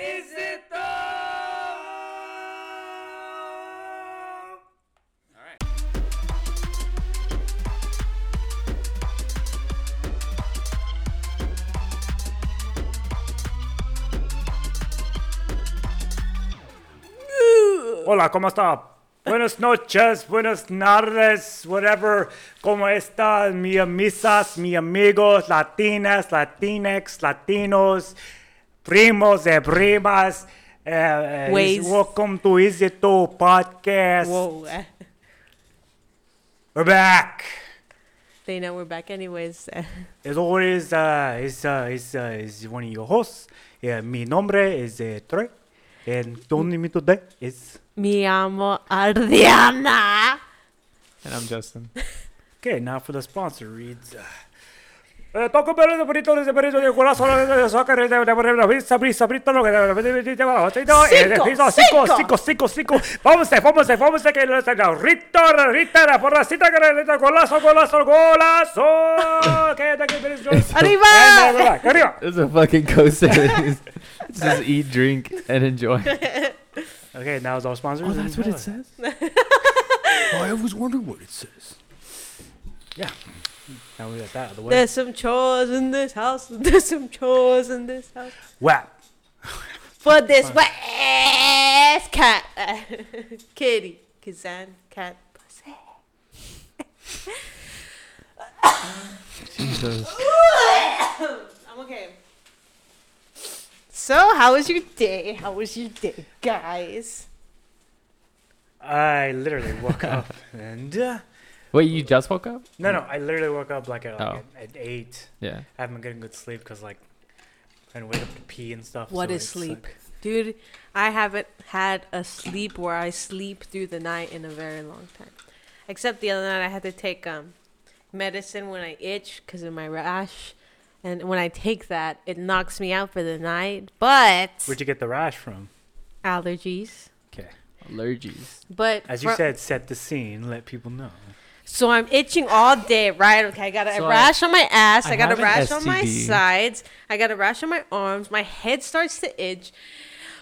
Is it the? Hola, ¿cómo está? Buenas noches, buenas tardes, whatever. ¿Cómo están mis amisas, mis amigos, latinas, latinex, latinos, primos de primas? Eh, eh, Ways. welcome to Easy To Podcast. Whoa. eh, We're back. they know we're back anyways. eh. As always, uh, is, uh, is, uh, is one of your hosts. Yeah, Eh, mi nombre is uh, Trey. And Mm. joining me today is... Mi amo Ardiana. And I'm Justin. Okay, now for the sponsor reads. Eh, Taco Bell is a burrito, is a burrito de corazón, es de soccer, es de- de- de- de- brisa, brisa, brisa, lo que- de- de- de- de- de- de- de- de- de- brisa, cinco, Cinco, cinco, cinco, cinco. Vámonos, vámonos, vámonos, que lo- ahorita, ahorita, la porracita, que le- le- golazo, golazo, golazo. Que- de- que- de- de- de- And, eh, Arriba. back, arriba. This is a fucking coaster. It's just eat, drink, and enjoy. Okay, now it's our sponsors. Oh, that's and- what it says. I always wonder what it says. Yeah. Now we got that out of the way. There's some chores in this house. There's some chores in this house. Whap. For this ass cat. eh, Kitty. Kazan. Cat. Pussy. Jesus. I'm okay. So, how was your day? How was your day, guys? I literally woke up and. Uh, Wait, you just woke up? No, no, I literally woke up like at, like Oh. at, at eight. Yeah. I haven't been getting good sleep because like I had to wake up to pee and stuff. What so is it's, sleep? like- Dude, I haven't had a sleep where I sleep through the night in a very long time. Except the other night I had to take um medicine when I itch because of my rash. And when I take that, it knocks me out for the night. But Where'd you get the rash from? allergies. Okay. Allergies. But As you fro- said, set the scene, let people know. So I'm itching all day, right? Okay, I got a So I- rash on my ass. I I, got a have an rash on my STD. sides. I got a rash on my arms. My head starts to itch.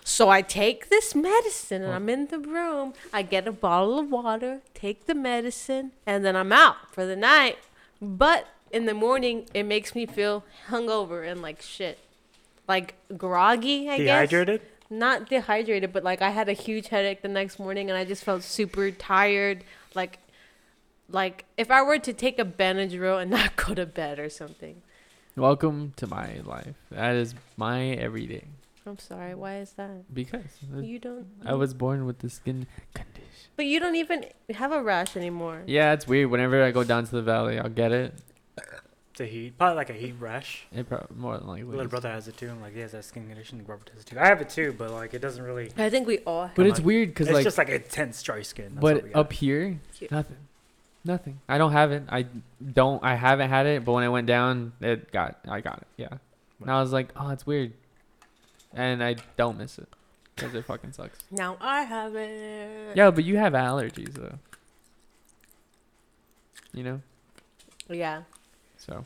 So I take this medicine and I'm in the room. I get a bottle of water, take the medicine, and then I'm out for the night. But in the morning, it makes me feel hungover and like shit. Like groggy, I guess Dehydrated? not dehydrated, but like I had a huge headache the next morning and I just felt super tired. Like, like if I were to take a Benadryl and not go to bed or something. Welcome to my life. That is my everyday. I'm sorry. Why is that? Because You don't. I was born with this skin condition. But you don't even have a rash anymore. Yeah, it's weird. Whenever I go down to the valley, I'll get it. It's a heat, probably like a heat rash. It probably more than likely. My Little is. brother has it too. I'm like, he has that skin condition. Robert has it too. I have it too, but like, it doesn't really. I think we all. Have. But it's like- weird because It's like, just like intense dry skin. That's what we but got. up here, Here. nothing, nothing. I don't have it. I don't. I haven't had it. But when I went down, it got. I got it. Yeah. And I was like, oh, it's weird, and I don't miss it because it fucking sucks. Now I have it. Yeah, but you have allergies though. You know, Yeah. so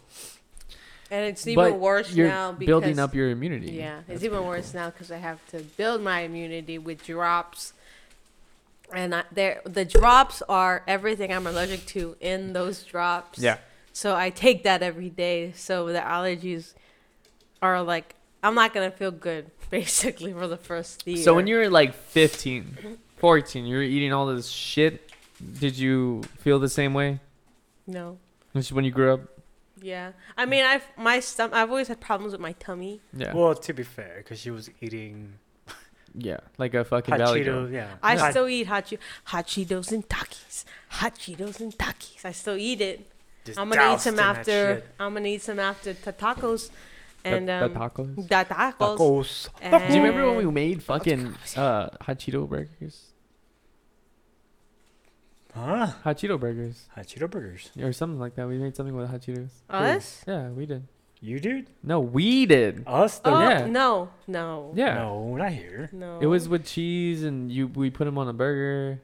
And it's But even worse you're now because building up your immunity. Yeah, That's it's even pretty worse cool. now 'cause now because I have to build my immunity with drops. And I, there, the drops are everything I'm allergic to in those drops. Yeah. So I take that every day. So the allergies are like, I'm not going to feel good basically for the first year. So when you were like 15, 14, you were eating all this shit. Did you feel the same way? No. Which when you grew up? Yeah. I mean, I've, my stom- I've always had problems with my tummy. Yeah. Well, to be fair, because she was eating yeah. Like a fucking hot valley girl. Cheetos. Yeah. I Hot- still eat hot, che- hot Cheetos and Takis. Hot Cheetos and Takis. I still eat it. just I'm gonna eat doused in some that after. shit. I'm gonna eat some after ta- tacos, The- and the, um, tacos. da tacos. Eh. Tacos. And Do you remember when we made fucking uh, hot Cheeto burgers? Huh? Hot Cheeto burgers. Hot Ah, Cheeto burgers. Oh, Or something like that. We made something with hot Cheetos. us? Yeah, we did. You dude? No, we did. Us? The Oh Yeah. no, no, Yeah. No, not here. no. It was with cheese and you we put him on a burger.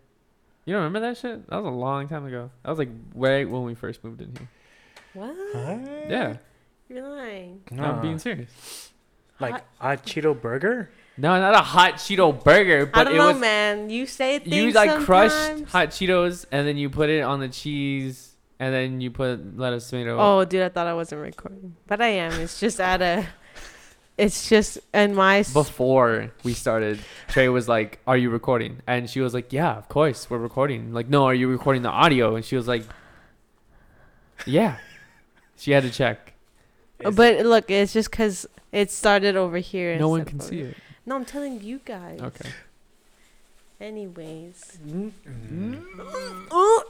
You don't remember that shit? That was a long time ago. That was like right when we first moved in here. what? Yeah. You're lying. No, I'm being serious. like Hot- a Cheeto burger? No, not a hot Cheeto burger, but I don't it know, was man. You say things you like crushed sometimes. hot Cheetos and then you put it on the cheese and then you put lettuce tomato. Oh, dude, I thought I wasn't recording, but I am. It's just at a. It's just in my. s- Before we started, Trey was like, "Are you recording?" And she was like, "Yeah, of course, we're recording." Like, "No, are you recording the audio?" And she was like, "Yeah." She had to check. Is Oh, but look, it's just because it started over here. No one instead can of over see there. it. No, I'm telling you guys. Okay. Anyways. Mm. Ooh.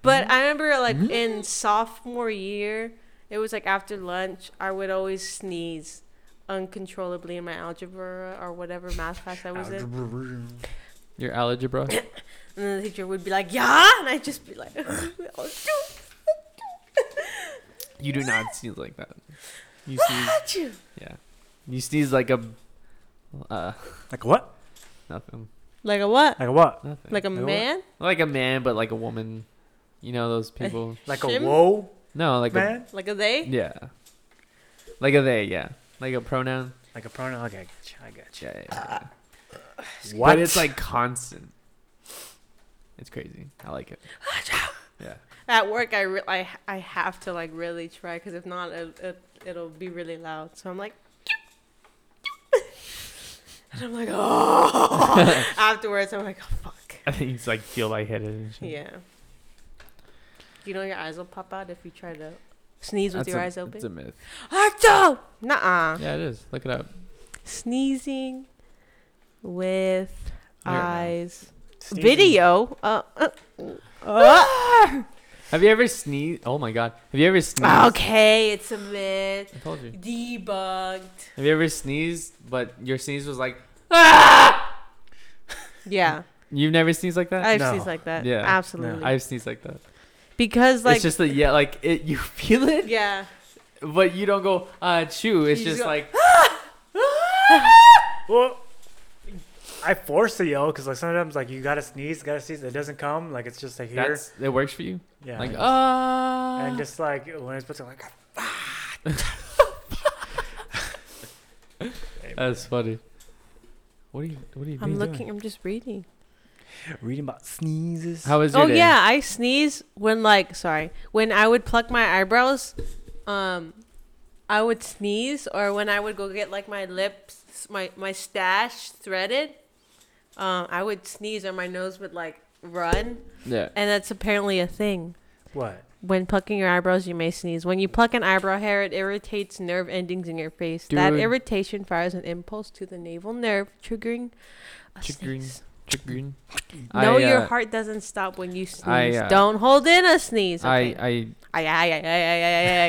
But I remember, like, in sophomore year, it was like after lunch, I would always sneeze uncontrollably in my algebra or whatever math class I was in. And Your algebra. then the teacher would be like, Yeah! And I'd just be like, You do not sneeze like that. You sneeze. Achoo. Yeah. You sneeze like a. Uh, Like what? nothing. Like a what? Like what? Nothing. Like a Like what? man? Like a man, but like a woman. You know those people. Like Shim? a whoa No, like man? Like a a. they? Yeah. Like a they, yeah. Like a pronoun. Like a pronoun? Okay, I gotcha. I gotcha. Yeah, yeah, Uh, yeah. What? But it's like constant. It's crazy. I like it. Yeah. At work, I, re- I, I have to, like, really try because if not, it, it, it'll be really loud. So I'm like, and I'm like, oh. Afterwards, I'm like, oh, fuck. I think it's like feel lightheaded and shit. Yeah. You know your eyes will pop out if you try to sneeze with That's your a- eyes It's open. a myth. Achoo! Nuh-uh. Yeah, it is. Look it up. Sneezing with You're right. eyes. Sneezing. Video. Uh, uh, uh. Have you ever sneezed? Oh my god. Have you ever sneezed? Oh, okay, it's a myth. I told you. Debugged. Have you ever sneezed, but your sneeze was like Yeah, you've never sneezed like that? I've No. sneezed like that. Yeah. Yeah, absolutely. I've sneezed like that. because like, it's just that yeah, like it you feel it, yeah, but you don't go uh chew. It's You just just go, like Well, I force the yell because like sometimes like you gotta sneeze, gotta sneeze, it doesn't come. Like it's just like here. that's it works for you. yeah. like and, ah. and just like when it's supposed to like that's funny. What are you? What are you? I'm doing? looking. I'm just reading. reading about sneezes. How was your Oh day? yeah, I sneeze when like sorry when I would pluck my eyebrows, um, I would sneeze or when I would go get like my lips my my stash threaded, um, I would sneeze or my nose would like run, Yeah. and that's apparently a thing. What? When plucking your eyebrows, you may sneeze. When you pluck an eyebrow hair, it irritates nerve endings in your face. That Dude. irritation fires an impulse to the navel nerve, triggering a Triggering. sneeze. Chick green. No, I, your uh, heart doesn't stop when you sneeze. I, uh, Don't hold in a sneeze. I Okay? I I, I, I, I, I, I,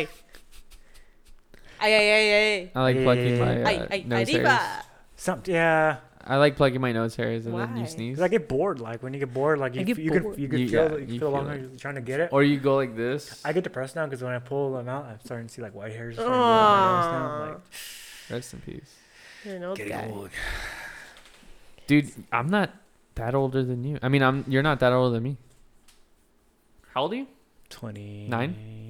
I, I, I, I like plucking my Yeah. uh, I, I, I, nose hairs. diva. Some yeah. I like plucking my nose hairs and then Why? you sneeze. 'Cause I get bored. Like when you get bored, like I you, get you can bored. you can You- feel yeah, you, you feel feel longer you're trying to get it. Or you go like this. I get depressed now because when I pull them out, I'm starting to see like white hairs. starting to grow on my nose now. Aww. I'm Rest in peace. You're an like old guy. getting old. Dude, I'm not that older than you. I mean, I'm you're not that older than me. How old are you? Twenty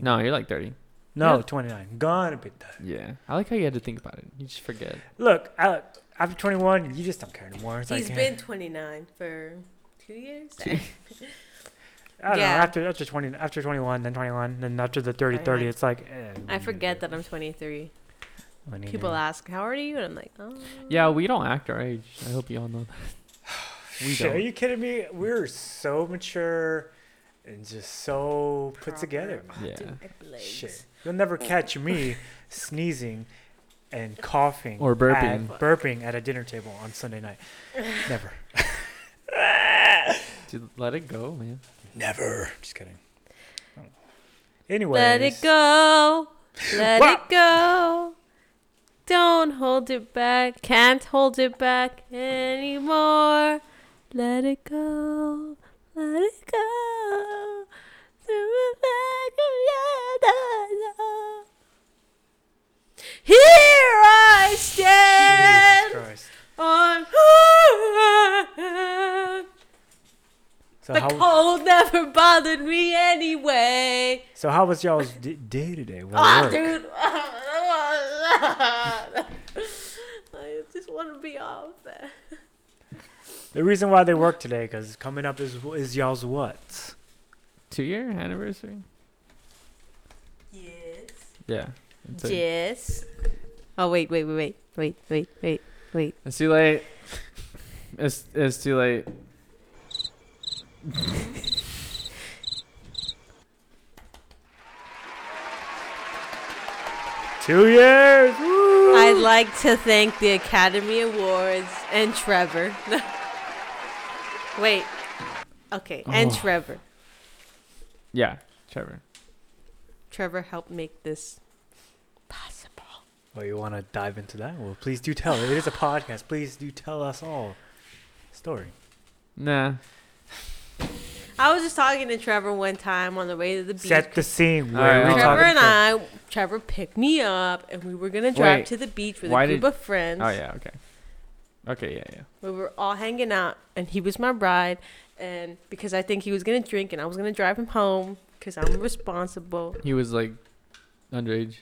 No, you're like 30. No, Yeah. twenty nine. Gonna be that. Yeah. I like how you had to think about it. You just forget. Look, I, after twenty one, you just don't care anymore. It's He's like, eh, been 29 for two years. I don't yeah. know. After after twenty, after twenty one, then twenty one, then after the 30, I 30, know. it's like. eh, I forget that I'm 23. when you People do. ask, "How old are you?" and I'm like, "Oh." Yeah, we don't act our age. I hope you all know that. We Shit, are don't. you kidding me? We're so mature and just so put together. Proper. Yeah. Dude, I blaze. Shit. You'll never catch me sneezing and coughing Or burping. at, burping at a dinner table on Sunday night. Never. Dude, let it go, man. Never. Just kidding. Anyway. Let it go. Let Wow. it go. Don't hold it back. Can't hold it back anymore. Let it go. Let it go. Through the back of your door. So the how cold never bothered me anyway. so how was y'all's d- day today? with Ah, work? dude. I Ah, just want to be off there. The reason why they work today because coming up is is y'all's what? Two year anniversary. Yes. Yeah. It's a- Yes. Oh wait, wait, wait, wait, wait, wait, wait, wait. It's too late. It's it's too late. Two years. Woo! I'd like to thank the Academy Awards and Trevor. wait. Okay, and Oh. Trevor. Yeah, Trevor. Trevor helped make this possible. Well, you want to dive into that? Well, please do tell. It is a podcast. Please do tell us all story. Nah. I was just talking to Trevor one time on the way to the beach. Set the scene. All right, Where we I'll- Trevor talking and I, Trevor picked me up, and we were gonna drive Wait, to the beach with why a group did- of friends. Oh yeah. Okay. Okay. Yeah. Yeah. We were all hanging out, and he was my bride, and because I think he was gonna drink, and I was gonna drive him home because I'm responsible. He was like underage.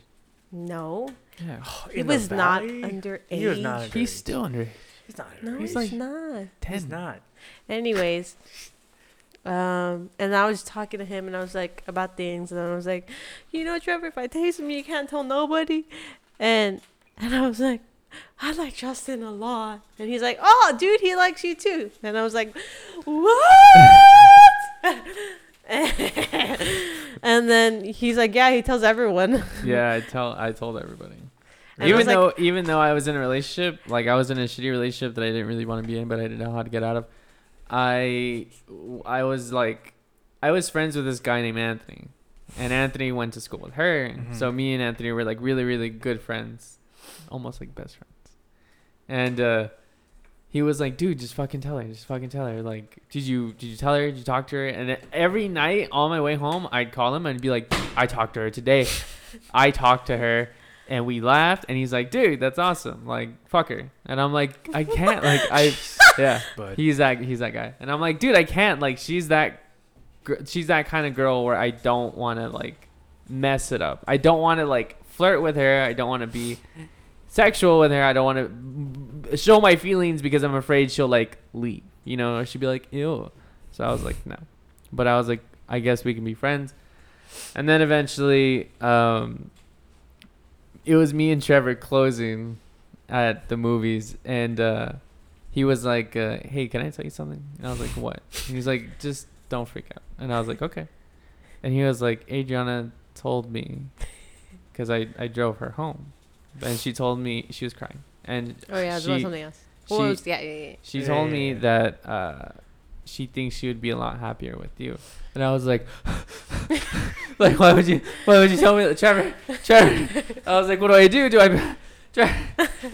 No, Yeah. from? he In the was not valley? underage. He was not. He's underage. still underage. He's not. No, underage. he's He's like- not. He's Ten. not. Anyways, um, and I was talking to him, and I was like about things, and I was like, you know, Trevor, if I taste him, you can't tell nobody, and and I was like, I like Justin a lot, and he's like, oh, dude, he likes you too, and I was like, what? and then he's like, yeah, he tells everyone. yeah. I tell. I told everybody. And I even was like- though, even though I was in a relationship, like I was in a shitty relationship that I didn't really want to be in, but I didn't know how to get out of. I, I was like, I was friends with this guy named Anthony, and Anthony went to school with her. Mhm. So me and Anthony were like really, really good friends, almost like best friends. And uh, he was like, "Dude, just fucking tell her. Just fucking tell her. Like, did you did you tell her? Did you talk to her?" And every night on my way home, I'd call him and be like, "I talked to her today. I talked to her." and we laughed and he's like dude that's awesome like fuck her and i'm like i can't like i yeah But he's that he's that guy and i'm like dude i can't like she's that gr- she's that kind of girl where i don't want to like mess it up i don't want to like flirt with her i don't want to be sexual with her i don't want to show my feelings because i'm afraid she'll like leave you know she'd be like ew so i was like no but i was like i guess we can be friends and then eventually um it was me and trevor closing at the movies and uh he was like, uh, "Hey, can I tell you something?" And I was like, "What?" And he's like, "Just don't freak out." And I was like, "Okay." And he was like, "Adriana told me, because I I drove her home, and she told me she was crying, and Oh yeah, she something else. Well, it was- yeah, yeah, yeah. she Yeah, told yeah, me yeah. that uh, she thinks she would be a lot happier with you." And I was like, "Like, why would you? Why would you tell me that, Trevor? Trevor?" I was like, "What do I do? Do I?" Trevor,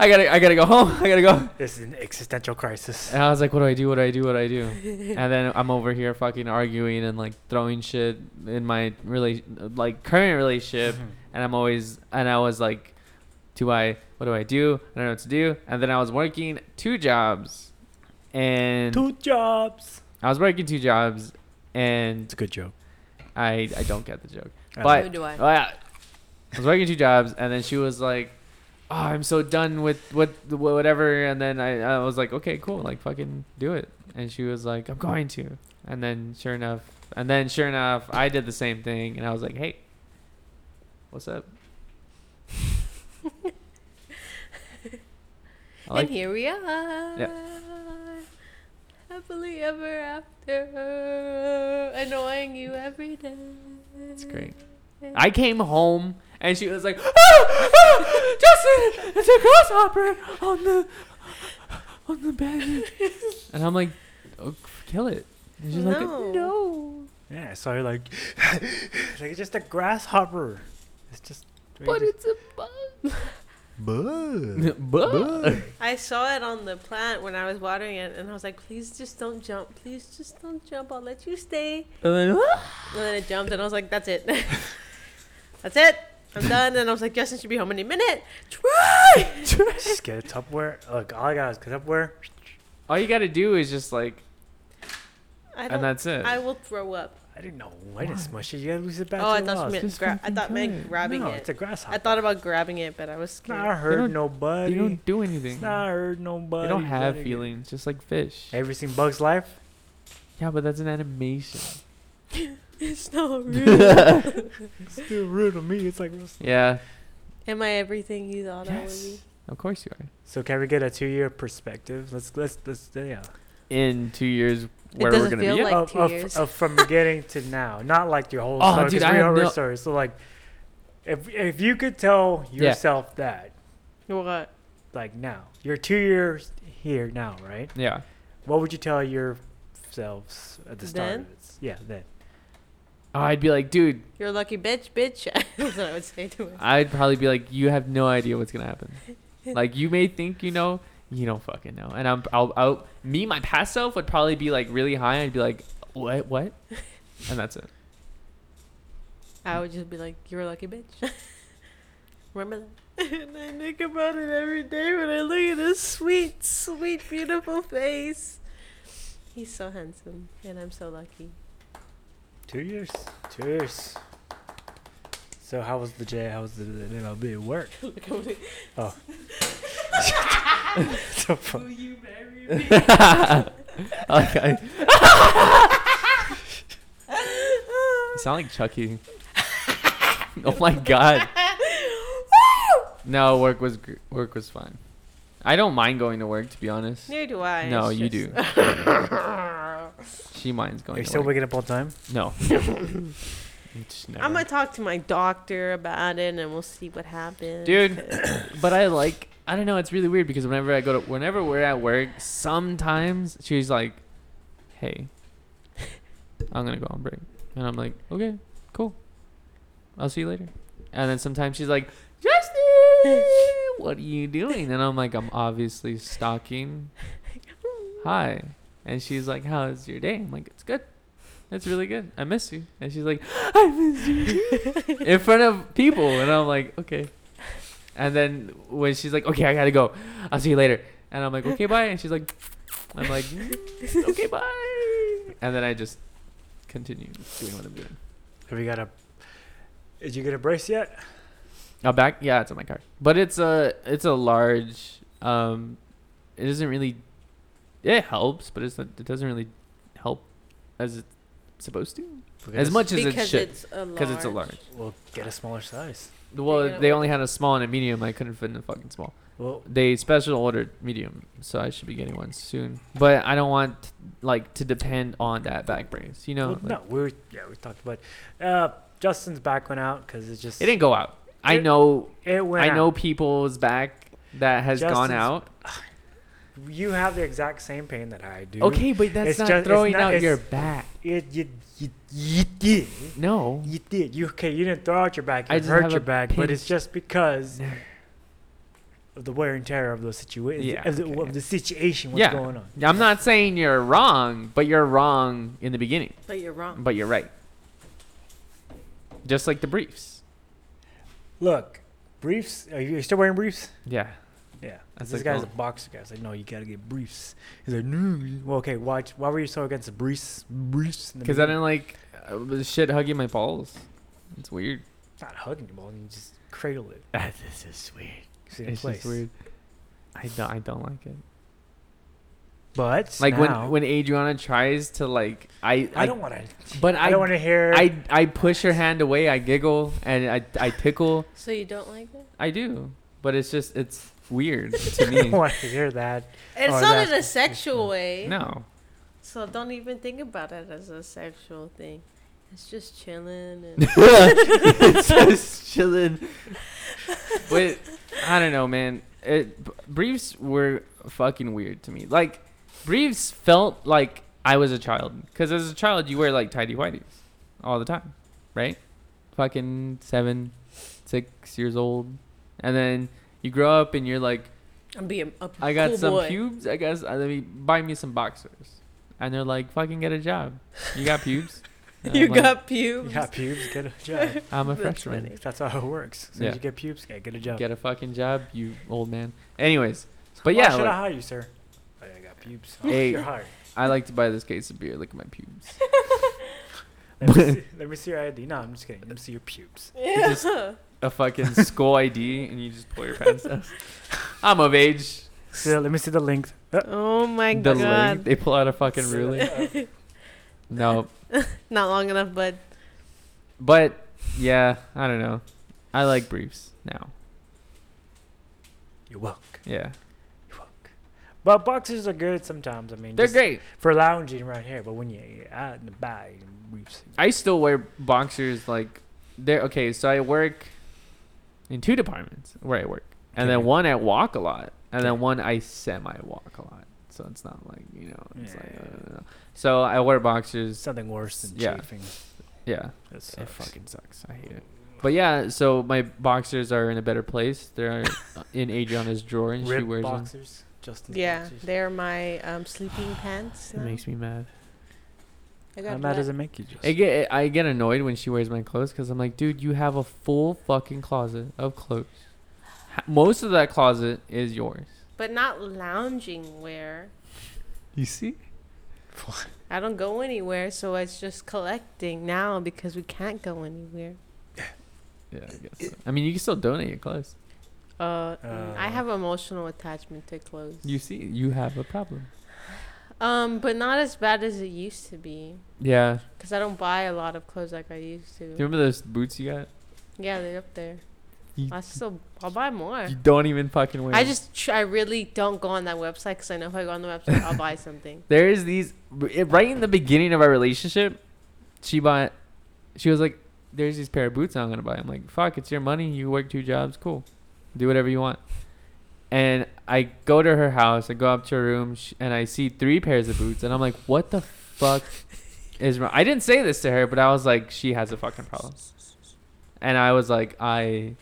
I gotta, I gotta go home. I gotta go. this is an existential crisis. And I was like, what do I do? What do I do? What do I do? and then I'm over here fucking arguing and like throwing shit in my really like current relationship. and I'm always, and I was like, do I, what do I do? I don't know what to do. And then I was working two jobs and Two jobs. I was working two jobs and It's a good joke. I, I don't get the joke. I But- Who do I? Oh, yeah. I was working two jobs, and then she was like, "Oh, I'm so done with what whatever." And then I, I was like, "Okay, cool, like fucking do it." And she was like, "I'm going to." And then sure enough, and then sure enough, I did the same thing, and I was like, "Hey, what's up?" I like- and here we are. Yep. Happily ever after. Annoying you every day. It's great. I came home and she was like, "Ah, ah, Justin, it's a grasshopper on the on the bed," and I'm like, oh, "Kill it!" And she's like, No. "No, Yeah, so I like, like it's just a grasshopper. It's just. but it's a Bug. bug." bug. I saw it on the plant when I was watering it, and I was like, please just don't jump. Please just don't jump. I'll let you stay. And then, "Ah." And then it jumped, and I was like, that's it. that's it. I'm done. And I was like, Justin should be home any minute. Try! just get a Tupperware. Look, all I got is Tupperware. all you gotta do is just like, I don't, and that's it. I will throw up. I didn't know. I didn't smush it. You gotta lose it back. Oh, I to the thought you laws. meant Just gra- I fucking thought do meant it. grabbing no, it. it's a grasshopper. I thought about grabbing it, but I was It's scared. not hurt don't- nobody. you don't do anything. It's not hurt nobody. You don't have buddy. feelings, just like fish. Have you ever seen Bugs Life? Yeah, but that's an animation. It's not real. It's still real to me. It's like real stuff. Yeah, Am I everything you thought I would Yes. of course you are. So can we get a two-year perspective? Let's let's let's yeah. In two years, where we're doesn't gonna feel be? at. like of, two of- years. of from beginning to now, not like your whole Oh, story. 'cause dude, I we have are real no- stories. So like, if if you could tell Yeah. yourself that, be? What? like now, you're two years here now, right? Yeah. What would you tell yourselves at the start? Then? Of this? Yeah, then. Oh, I'd be like, dude. You're a lucky bitch, bitch. That's what I would say to him. I'd probably be like, you have no idea what's gonna happen. like you may think you know, you don't fucking know. And I'm, I'll, I'll, me, my past self would probably be like really high. I'd be like, what, what? And that's it. I would just be like, "You're a lucky bitch." Remember that? and I think about it every day when I look at his sweet, sweet, beautiful face. He's so handsome, and I'm so lucky. Two years. Two years. So how was the J? How was the, the MLB work? look at me. Oh. So fu- Will you marry me? okay. You sound like Chucky. oh my god. No, work was gr- work was fine. I don't mind going to work to be honest. Neither do I. No, it's you just- She minds Are going. you to still work. waking up on time? No. It's never. I'm gonna talk to my doctor about it, and we'll see what happens. Dude. but I like I don't know. It's really weird because whenever I go to whenever we're at work, sometimes she's like, "Hey, I'm gonna go on break," and I'm like, "Okay, cool, I'll see you later." And then sometimes she's like, "Justin, what are you doing?" And I'm like, "I'm obviously stalking." Hi, and she's like, "How's your day?" I'm like, "It's good." It's really good. I miss you. And she's like, I miss you too. In front of people. And I'm like, okay. And then when she's like, okay, I gotta go. I'll see you later. And I'm like, okay, bye. And she's like, I'm like, "Mm, okay, bye. And then I just continue doing what I'm doing. Have you got a? Did you get a brace yet? Oh, back? Yeah, it's on my car. But it's a it's a large. Um, it doesn't really. It helps, but it's not, it doesn't really help as it's supposed to. As much as it because should. it's a large. Because it's a large. We'll get a smaller size. Well, gonna they order- only had a small and a medium. I couldn't fit in a fucking small. Well, They special ordered medium, so I should be getting one soon. But I don't want like to depend on that back brace. You know, well, like, no, we were, yeah we talked about. Uh, Justin's back went out because it just it didn't go out. I It know. it went. I know out. people's back that has gone Justin's- out. you have the exact same pain that I do. Okay, but that's It's not just- it's throwing not- out your it's- back. It you you, you did. No. You did. You okay? You didn't throw out your back. I You just hurt have your a back, but it's pinch. just because of the wear and tear of the situation. Yeah, Of the, okay. of the situation. What's Yeah. going on? I'm not saying you're wrong, but you're wrong in the beginning. But you're wrong. But you're right. Just like the briefs. Look, briefs. Are you still wearing briefs? Yeah. Yeah. That's this like, guy's oh. a boxer guy. He's like, no, you gotta get briefs. He's like, no. Well, okay. Why? Why were you so against the briefs? Briefs? in the Because I beginning? didn't like uh, the shit hugging my balls. It's weird. not hugging your ball. You just cradle it. this is weird. See in It's place. just weird. I don't, I don't like it. But Like now- when when Adriana tries to like I I, don't want to. but I, I I, don't want to hear. I push her hand away. I giggle and I I tickle. so you don't like that? I do, but it's just it's weird to don't me. want to hear that. It's Oh, not that's- in a sexual way. No, So don't even think about it as a sexual thing. It's just chilling and it's just chilling. But I don't know, man. It b- briefs were fucking weird to me. Like briefs felt like I was a child because as a child you wear like tidy whities all the time, right? Fucking seven, six years old, and then you grow up and you're like, I'm being a p- I got cool some boy. pubes. I guess uh, let me buy me some boxers, and they're like, fucking get a job. You got pubes. And You I'm like, got pubes. Yeah, pubes, get a job. I'm a That's freshman. funny. That's how it works. As soon as Yeah. you get pubes, yeah, get a job. Get a fucking job, you old man. Anyways, but Why yeah, should I like, hire you, sir? Oh, yeah, I got pubes. Oh, Hey. You're hired. I like to buy this case of beer. Look at my pubes. Let me, see, let me see your ID. No, I'm just kidding. Let me see your pubes. Just a fucking school ID, and you just pull your pants out. I'm of age. See, let me see the length. Uh, Oh my The god. link, they pull out a fucking ruler. No, Not long enough, bud. but yeah, I don't know. I like briefs now. You walk. Yeah, You walk. But boxers are good sometimes. I mean, they're just great. for lounging around here. But when you're out and about, you can briefs. I still wear boxers like they're okay, so I work in two departments where I work. And then Okay. one I walk a lot. And then Okay. one I semi walk a lot. So it's not like, you know, it's like Yeah. uh, so I wear boxers. Something worse than Yeah. chafing. Yeah. That sucks. It fucking sucks. I hate it. But yeah, so my boxers are in a better place. They're in Adriana's drawer and she Rib wears them. boxers. Justin's Yeah, boxers. they're my um, sleeping pants. It makes me mad. How I got mad black- does it make you, I Justin? get I get annoyed when she wears my clothes because I'm like, dude, you have a full fucking closet of clothes. H- Most of that closet is yours. but not lounging wear. You see? I don't go anywhere, so it's just collecting now because we can't go anywhere. Yeah, I guess. So. I mean, you can still donate your clothes. Uh, mm, I Uh. have emotional attachment to clothes. You see, you have a problem. um, but not as bad as it used to be. Yeah. Cause I don't buy a lot of clothes like I used Do to. you remember those boots you got? Yeah, they're up there. You- I still, I'll buy more. You don't even fucking wear. I them. just, tr- I really don't go on that website because I know if I go on the website, I'll buy something. there is these it- right in the beginning of our relationship she bought she was like there's these pair of boots i'm gonna buy i'm like fuck it's your money you work two jobs cool do whatever you want and i go to her house i go up to her room sh- and i see three pairs of boots and i'm like what the fuck is wrong i didn't say this to her but i was like she has a fucking problem and i was like i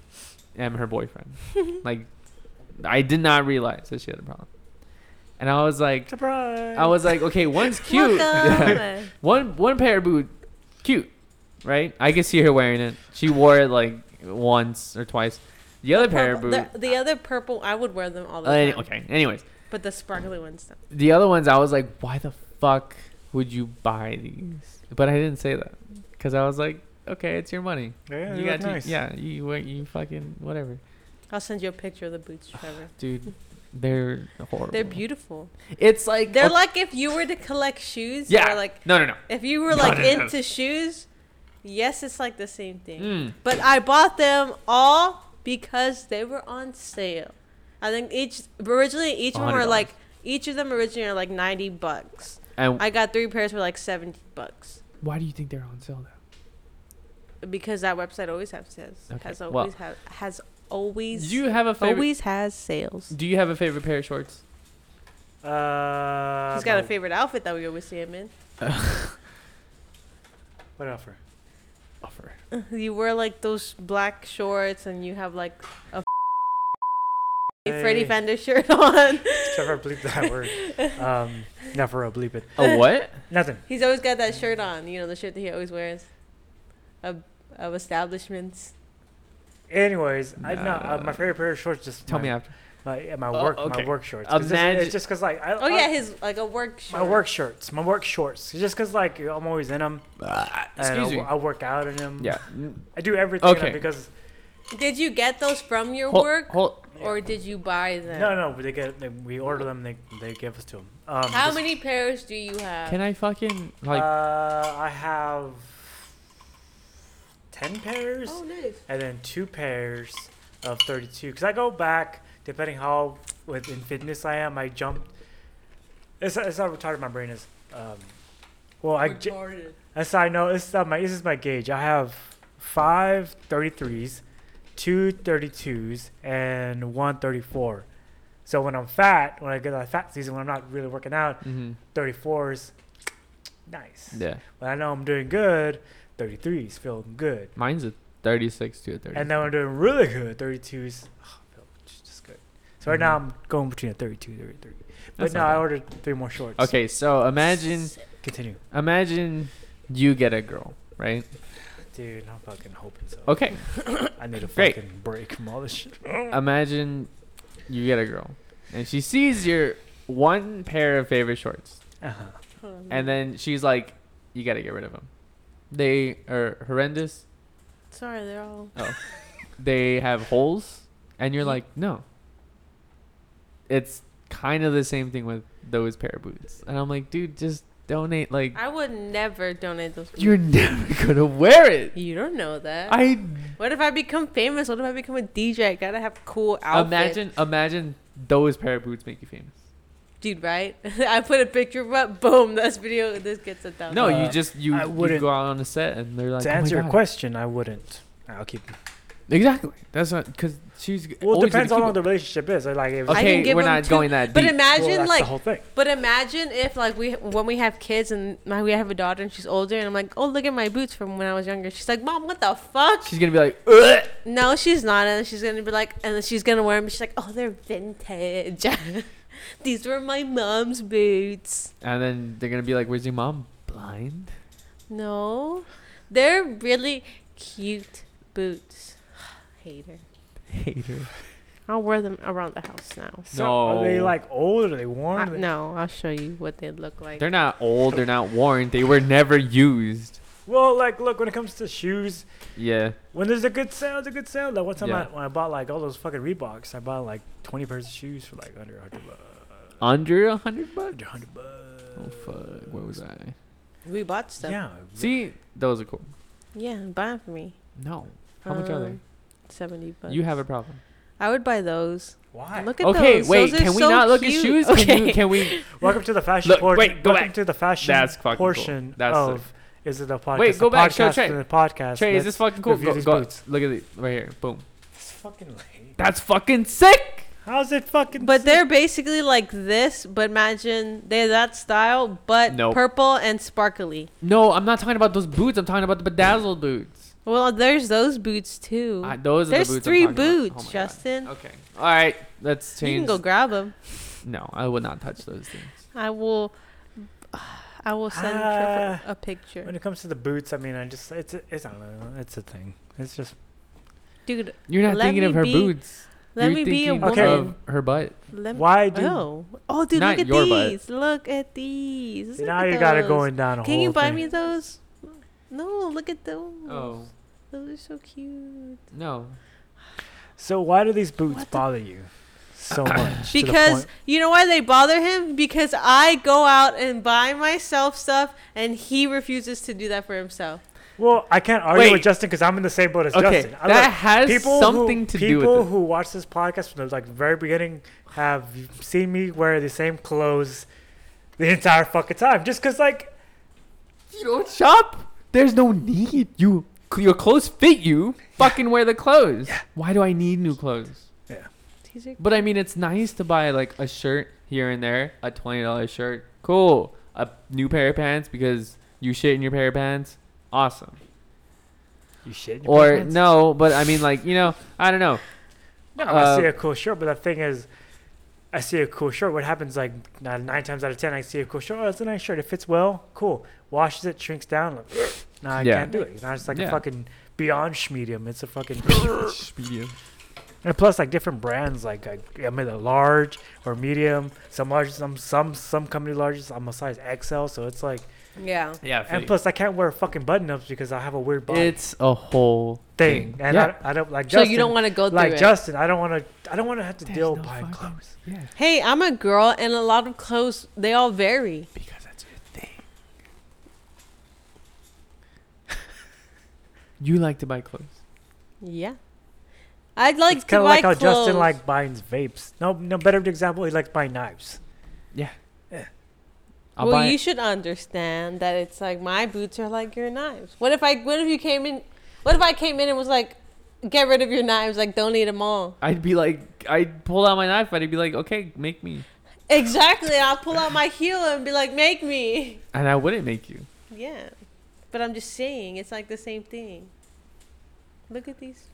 am her boyfriend like i did not realize that she had a problem and i was like Surprise! I was like, okay, one's cute. Yeah. Welcome. one one pair of boot, cute, right? I could see her wearing it. She wore it like once or twice. The other pair of boot. The, the other purple, I would wear them all the uh, any- time. okay. Anyways, But the sparkly ones, no. the other ones, I was like, why the fuck would you buy these? But I didn't say that because I was like, okay, it's your money. yeah, you you got to- nice. yeah, you wear, you fucking whatever, I'll send you a picture of the boots, Trevor. dude. They're horrible. They're beautiful. It's like They're okay- like if you were to collect shoes. Oh. Yeah. Or like no, no, no. if you were No, like no, no. into shoes. Yes, it's like the same thing. Mm. But I bought them all because they were on sale. I think each originally each one were $100. like each of them originally are like ninety bucks. And I got three pairs for like seventy bucks why do you think they're on sale now? because that website always have sales. Okay, Has well- always have has always You have a favorite. always has sales. Do you have a favorite pair of shorts? Ah, Uh, He's got a no. favorite outfit that we always see him in. What offer? Offer. You wear like those black shorts and you have like a Freddie Hey. Fender shirt on. Trevor, bleep that word. Um, never bleep it. A what? Nothing. He's always got that shirt on, you know, the shirt that he always wears of, of establishments. Anyways, I know uh, Nah. my favorite pair of shorts. Just Tell my, me after. my uh, my Oh, work okay. my work shorts. 'Cause it's- Imagine- It's just because like I, Oh, yeah, his like a work shirt. my work shorts, my work shorts. It's just because like I'm always in them. and I, Excuse me. I work out in them. Yeah. Mm, I do everything in 'em Okay. because Did you get those from your Hold, work hold. or did you buy them? no, no, they get they, we order them. They they give us to them. Um, How just- many pairs do you have? Can I fucking like? uh, I have ten pairs. Oh, nice. and then two pairs of 32 because i go back depending how with in fitness i am i jump it's, it's how retarded my brain is um, well i j- as i know this is not my this is my gauge i have five 33s two 32s and one 34 so when i'm fat when i get that fat season when i'm not really working out hmm 34s nice Yeah. when i know i'm doing good 33s feeling good Mine's a thirty-six to a thirty. and then we're doing really good. 32s. Oh, Bill, it's just good. So right now I'm going between a 32 and 33. But Mm-hmm. That's no, not I bad. ordered three more shorts. Okay, so imagine, Continue. imagine you get a girl, right? Dude, I'm fucking hoping so. Okay. I need a great. fucking break from all this shit. Imagine you get a girl, and she sees your one pair of favorite shorts, Uh-huh. And then she's like, "You gotta get rid of them. They are horrendous. Sorry, they're all. They have holes." And you're like, "No." It's kind of the same thing with those pair of boots. And I'm like, "Dude, just donate. Like, I would never donate those. you're never gonna wear it." You don't know that. I what if I become famous? What if I become a DJ? I gotta have cool outfits. imagine imagine those pair of boots make you famous. dude, right? I put a picture up. Boom, this video. This gets a thumbs. No, Uh, you just you, I you wouldn't- go out on a set and they're like, to "Oh my answer your God." question, I wouldn't. I'll keep. Exactly. That's not because she's. Well, it always gonna depends how keep long it. the relationship is. Like, if, I can Okay, give we're them not two- going that But deep. well, imagine that's the like whole thing. But imagine if like we when we have kids and my, we have a daughter and she's older and I'm like, oh look at my boots from when I was younger. She's like, mom, what the fuck? She's gonna be like, Ugh! No, she's not. And she's gonna be like, and then she's gonna wear them. She's like, oh, they're vintage. These were my mom's boots. and then they're gonna be like, "Where's your mom? Blind." No, they're really cute boots. Hater. Hater. I'll wear them around the house now. So, Are they No. like old? Are they I- worn? They- no, I'll show you what they look like. They're not old. They're not worn. They were never used. Well, like, look, when it comes to shoes, Yeah. when there's a good sale, it's a good sale. Like, one time I, Yeah. when I bought like all those fucking Reeboks, I bought like 20 pairs of shoes for like under 100 bucks. Under a hundred bucks. Under 100 bucks. Oh fuck. Where was I? we bought stuff. Yeah, Yeah. See, those are cool. buy them for me. No. How much are they? Um, Seventy bucks. You have a problem. I would buy those. Why? Uh, Look at Okay, those. wait. Those are Can we so not look cute. at shoes? Okay. Can, you, can we? Welcome to the fashion Look, portion. wait, go Welcome back. to the fashion That's fucking cool. portion That's of is it the podcast? Wait, the go back, show podcast Trey. and The podcast. Trey, is Let's- this fucking cool? review Go, these go, boots. look at it right here. Boom. It's fucking lame. That's fucking sick. How's it fucking? But sick? they're basically like this, but imagine they're that style, but Nope. purple and sparkly. No, I'm not talking about those boots. I'm talking about the bedazzled boots. Well, there's those boots too. Uh, those there's are the boots. I'm three talking about. boots, Oh my God. Justin. Okay. All right. Let's You can change. go grab them. no, I would not touch those things. I will. I will send Trevor a when picture, it comes to the boots, I mean, I just it's a, it's I don't know, it's a thing. It's just dude. You're not Let thinking of me her be- boots. Let You're me be a thinking woman. Okay. Of her butt. Let me. why do Oh, oh, dude, Not look at your butt. these. Look at these. Look now at you gotta those. going down a Can you whole buy thing. me those? No, look at those. Oh Those are so cute. no. So why do these boots What the- bother you so much? to the Because point- you know why they bother him? Because I go out and buy myself stuff, and he refuses to do that for himself. well, I can't argue Wait. with Justin because I'm in the same boat as Okay, Justin. I that look, has people something who, to do people with it. who watch this podcast from the like very beginning have seen me wear the same clothes the entire fucking time. Just because like You don't shop. There's no need. You your clothes fit you. Fucking wear the clothes. Why do I need new clothes? These are But I mean, it's nice to buy like a shirt here and there, a twenty dollars shirt. Cool. A new pair of pants because you shit in your pair of pants. Awesome. you shit. in your Or pants. no, but I mean, like you know, I don't know. No, Uh, I see a cool shirt, but the thing is, I see a cool shirt. What happens, like nine nine times out of ten, I see a cool shirt. Oh, that's a nice shirt. It fits well. Cool. Washes it, shrinks down. Like, no, I Yeah. can't do it. Now it's like Yeah. a fucking beyond schmedium. It's a fucking. Speedy. and plus, like different brands, like I, I'm in a large or medium. Some large, some some some company larges. I'm a size XL, so it's like. yeah. Yeah. And plus, I can't wear fucking button ups because I have a weird body it's a whole thing, thing. and yeah. I, I don't like. So Justin, you don't want to go through like it. Justin. I don't want to. I don't want to have to There's deal no with buying fucking- clothes. yeah. hey, I'm a girl, and a lot of clothes they all vary. Because that's your thing. you like to buy clothes. Yeah, I'd like it's to kind buy of like how clothes. Justin like buying vapes. No, no better example. He likes buying knives. I'll well, buy you should understand that it's like my boots are like your knives. What if I? What if you came in? What if I came in and was like, get rid of your knives, like don't need them all. I'd be like, I'd pull out my knife, and I'd be like, okay, make me. Exactly. I'll pull out my heel and be like, make me. And I wouldn't make you. Yeah. But I'm just saying, it's like the same thing. Look at these.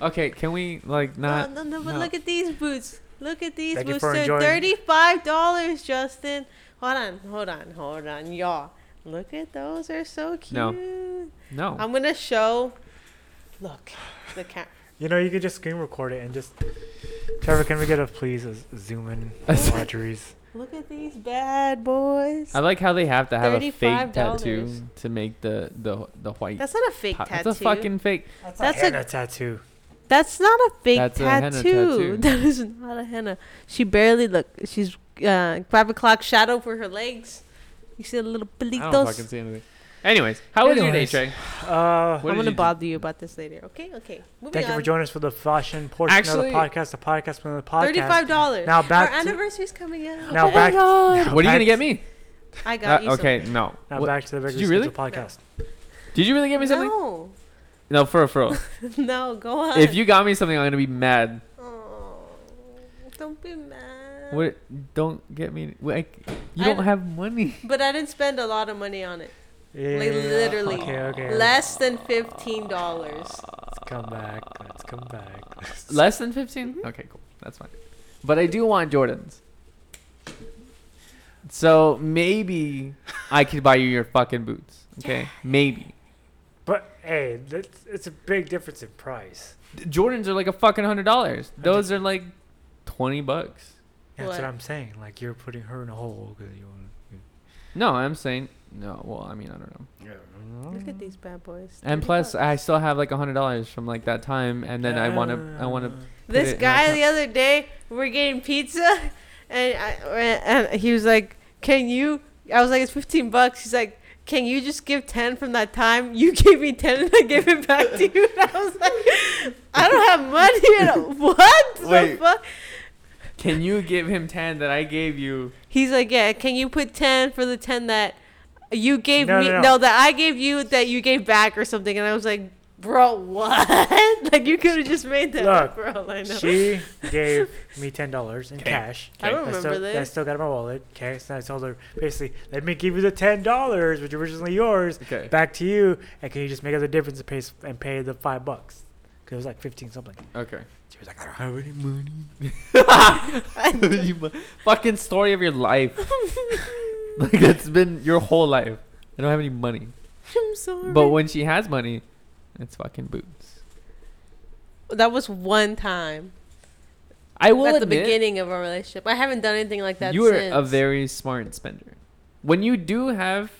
Okay, can we like not? no, no, no, but no. look at these boots. Look at these Thank you boots. for They're enjoying- thirty-five dollars, Justin. Hold on, hold on, hold on, y'all. Look at those. They're so cute. No. No. I'm gonna show. Look, the cat. You know, you could just screen record it and just. Trevor, can we get a please a z- zoom in A on z- Audrey's Look at these bad boys. I like how they have to have a fake $35. tattoo to make the the the white. That's not a fake pot- tattoo. That's a fucking fake. That's, That's a- a henna tattoo. That's not a fake That's a henna tattoo. tattoo. That is not a henna. She barely look. She's uh, five o'clock shadow for her legs. You see the little I don't fucking pelitos. see anything. Anyways, how was your day, Anyways. Trey? Uh, What I'm did gonna you do? bother you about this later. Okay, okay. Moving Thank you on. for joining us for the fashion portion Actually- of the podcast. The podcast from the podcast. Thirty-five dollars. Now back Our to- anniversary's coming up. Now Oh my back- God. What are you gonna Back- get me? I got Uh, you. okay, no. Now What- back to the regular you really? scheduled podcast. Did you really get me something. something? No, No, for real, for real. no. Go on. if you got me something, I'm gonna be mad. Oh, don't be mad. What? Don't get me. Like, you I don't don't- have money. But I didn't spend a lot of money on it. Yeah. Like literally Okay, okay. less than fifteen dollars. Let's come back. Let's come back. Less than 15? Mm-hmm. Okay, cool. That's fine. But I do want Jordans. So maybe I could buy you your fucking boots. Okay? Maybe. But hey, that's, it's a big difference in price. D- Jordans are like a fucking hundred dollars. Those are like twenty bucks. That's what? What? I'm saying. Like you're putting her in a hole because you want. No, I'm saying no. Well, I mean, I don't know. Look at these bad boys. And $30. plus, I still have like a hundred dollars from like that time, and then I wanna, I Uh, wanna. put this it in guy our the other day we're getting pizza and I and he was like can you i was like it's 15 bucks he's like can you just give 10 from that time you gave me 10 and i gave it back to you and i was like i don't have money and I- what the Wait. fuck Can you give him ten that I gave you? he's like yeah can you put 10 for the 10 that you gave No, me no, no, no. that i gave you that you gave back or something and i was like bro what like you could have just made that up, bro i know She gave me ten dollars in cash. I don't I remember still, I this. still got in my wallet. Okay, so I told her basically, let me give you the ten dollars, which was originally yours, Okay. back to you, and can you just make up the difference and pay s- and pay the five bucks? Because it was like fifteen something. Okay. She was like, I don't have any money. You bu- fucking story of your life. like that's been your whole life. I don't have any money. i'm sorry But when she has money, it's fucking boots. That was one time I will at the admit, beginning of our relationship. I haven't done anything like that. you are since. a very smart spender. When you do have,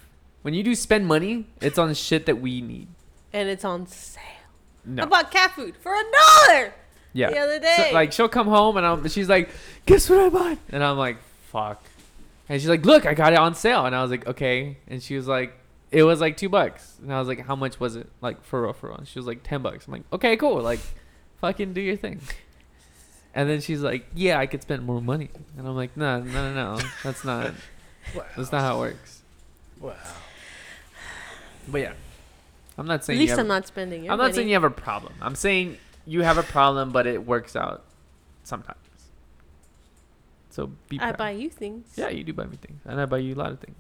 when you do spend money, it's on shit that we need. and it's on sale. No. I bought cat food for a dollar yeah. the other day. So, like she'll come home and I'm, she's like, "Guess what I bought?" And I'm like, "Fuck." And she's like, "Look, I got it on sale." And I was like, "Okay." And she was like, "It was like two bucks." And I was like, "How much was it?" Like for real, for real. And she was like, 10 bucks." I'm like, "Okay, cool. Like, fucking do your thing." And then she's like, "Yeah, I could spend more money." And I'm like, "No, no, no, no. That's not. That's not how it works." Wow. But yeah, I'm not at saying. you least have- I'm not spending. Your I'm not saying you have a problem. I'm saying you have a problem, but it works out sometimes. So be I proud. buy you things. Yeah, you do buy me things, and I buy you a lot of things.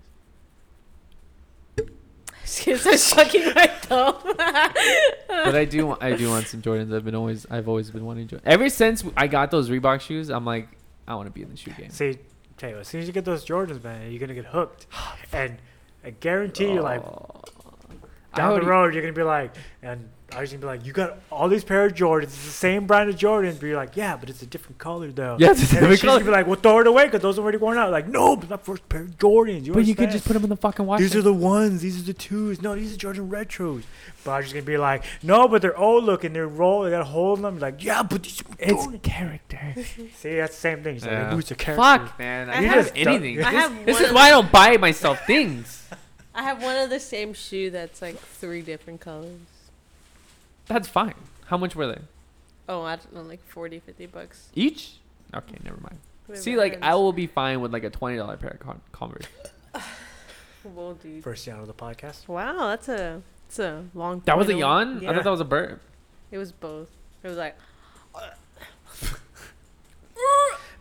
Excuse me, sucking my thumb. But I do, want, I do want some Jordans. I've been always, I've always been wanting Jordans. Ever since I got those Reebok shoes, I'm like, I want to be in the shoe game. See, tell you, what, as soon as you get those Jordans, man, you're gonna get hooked, and I guarantee you, like Oh. I e- down the already- road, you're gonna be like, and I was gonna be like, you got all these pair of Jordans, it's the same brand of Jordans, but you're like, yeah, but it's a different color though. Yeah, it's a And then different she's gonna color. Be like, well, throw it away because those are already worn out. Like, no, but my first pair of Jordans. But you could understand? just put them in the fucking washer. These are the ones. These are the twos. No, these are Jordan retros. But I was just gonna be like, no, but they're old looking. They're rolled. They got a hole in them. Like, yeah, but these are my it's Jordans. character. See, that's the same thing. She's like, Yeah. your boots are character. Fuck, man. I You don't have just don't- anything. I this have this one is of why I don't buy myself things. I have one of the same shoe that's like three different colors. That's fine. How much were they? Oh, I don't know, like 40, 50 bucks. Each? Okay, never mind. Whatever See, like I happens. will be fine with like a twenty dollar pair of con- Converse. Well, dude. First yawn of the podcast. Wow, that's a that's a long. That was a point. yawn. I Yeah. thought that was a burp. It was both. It was like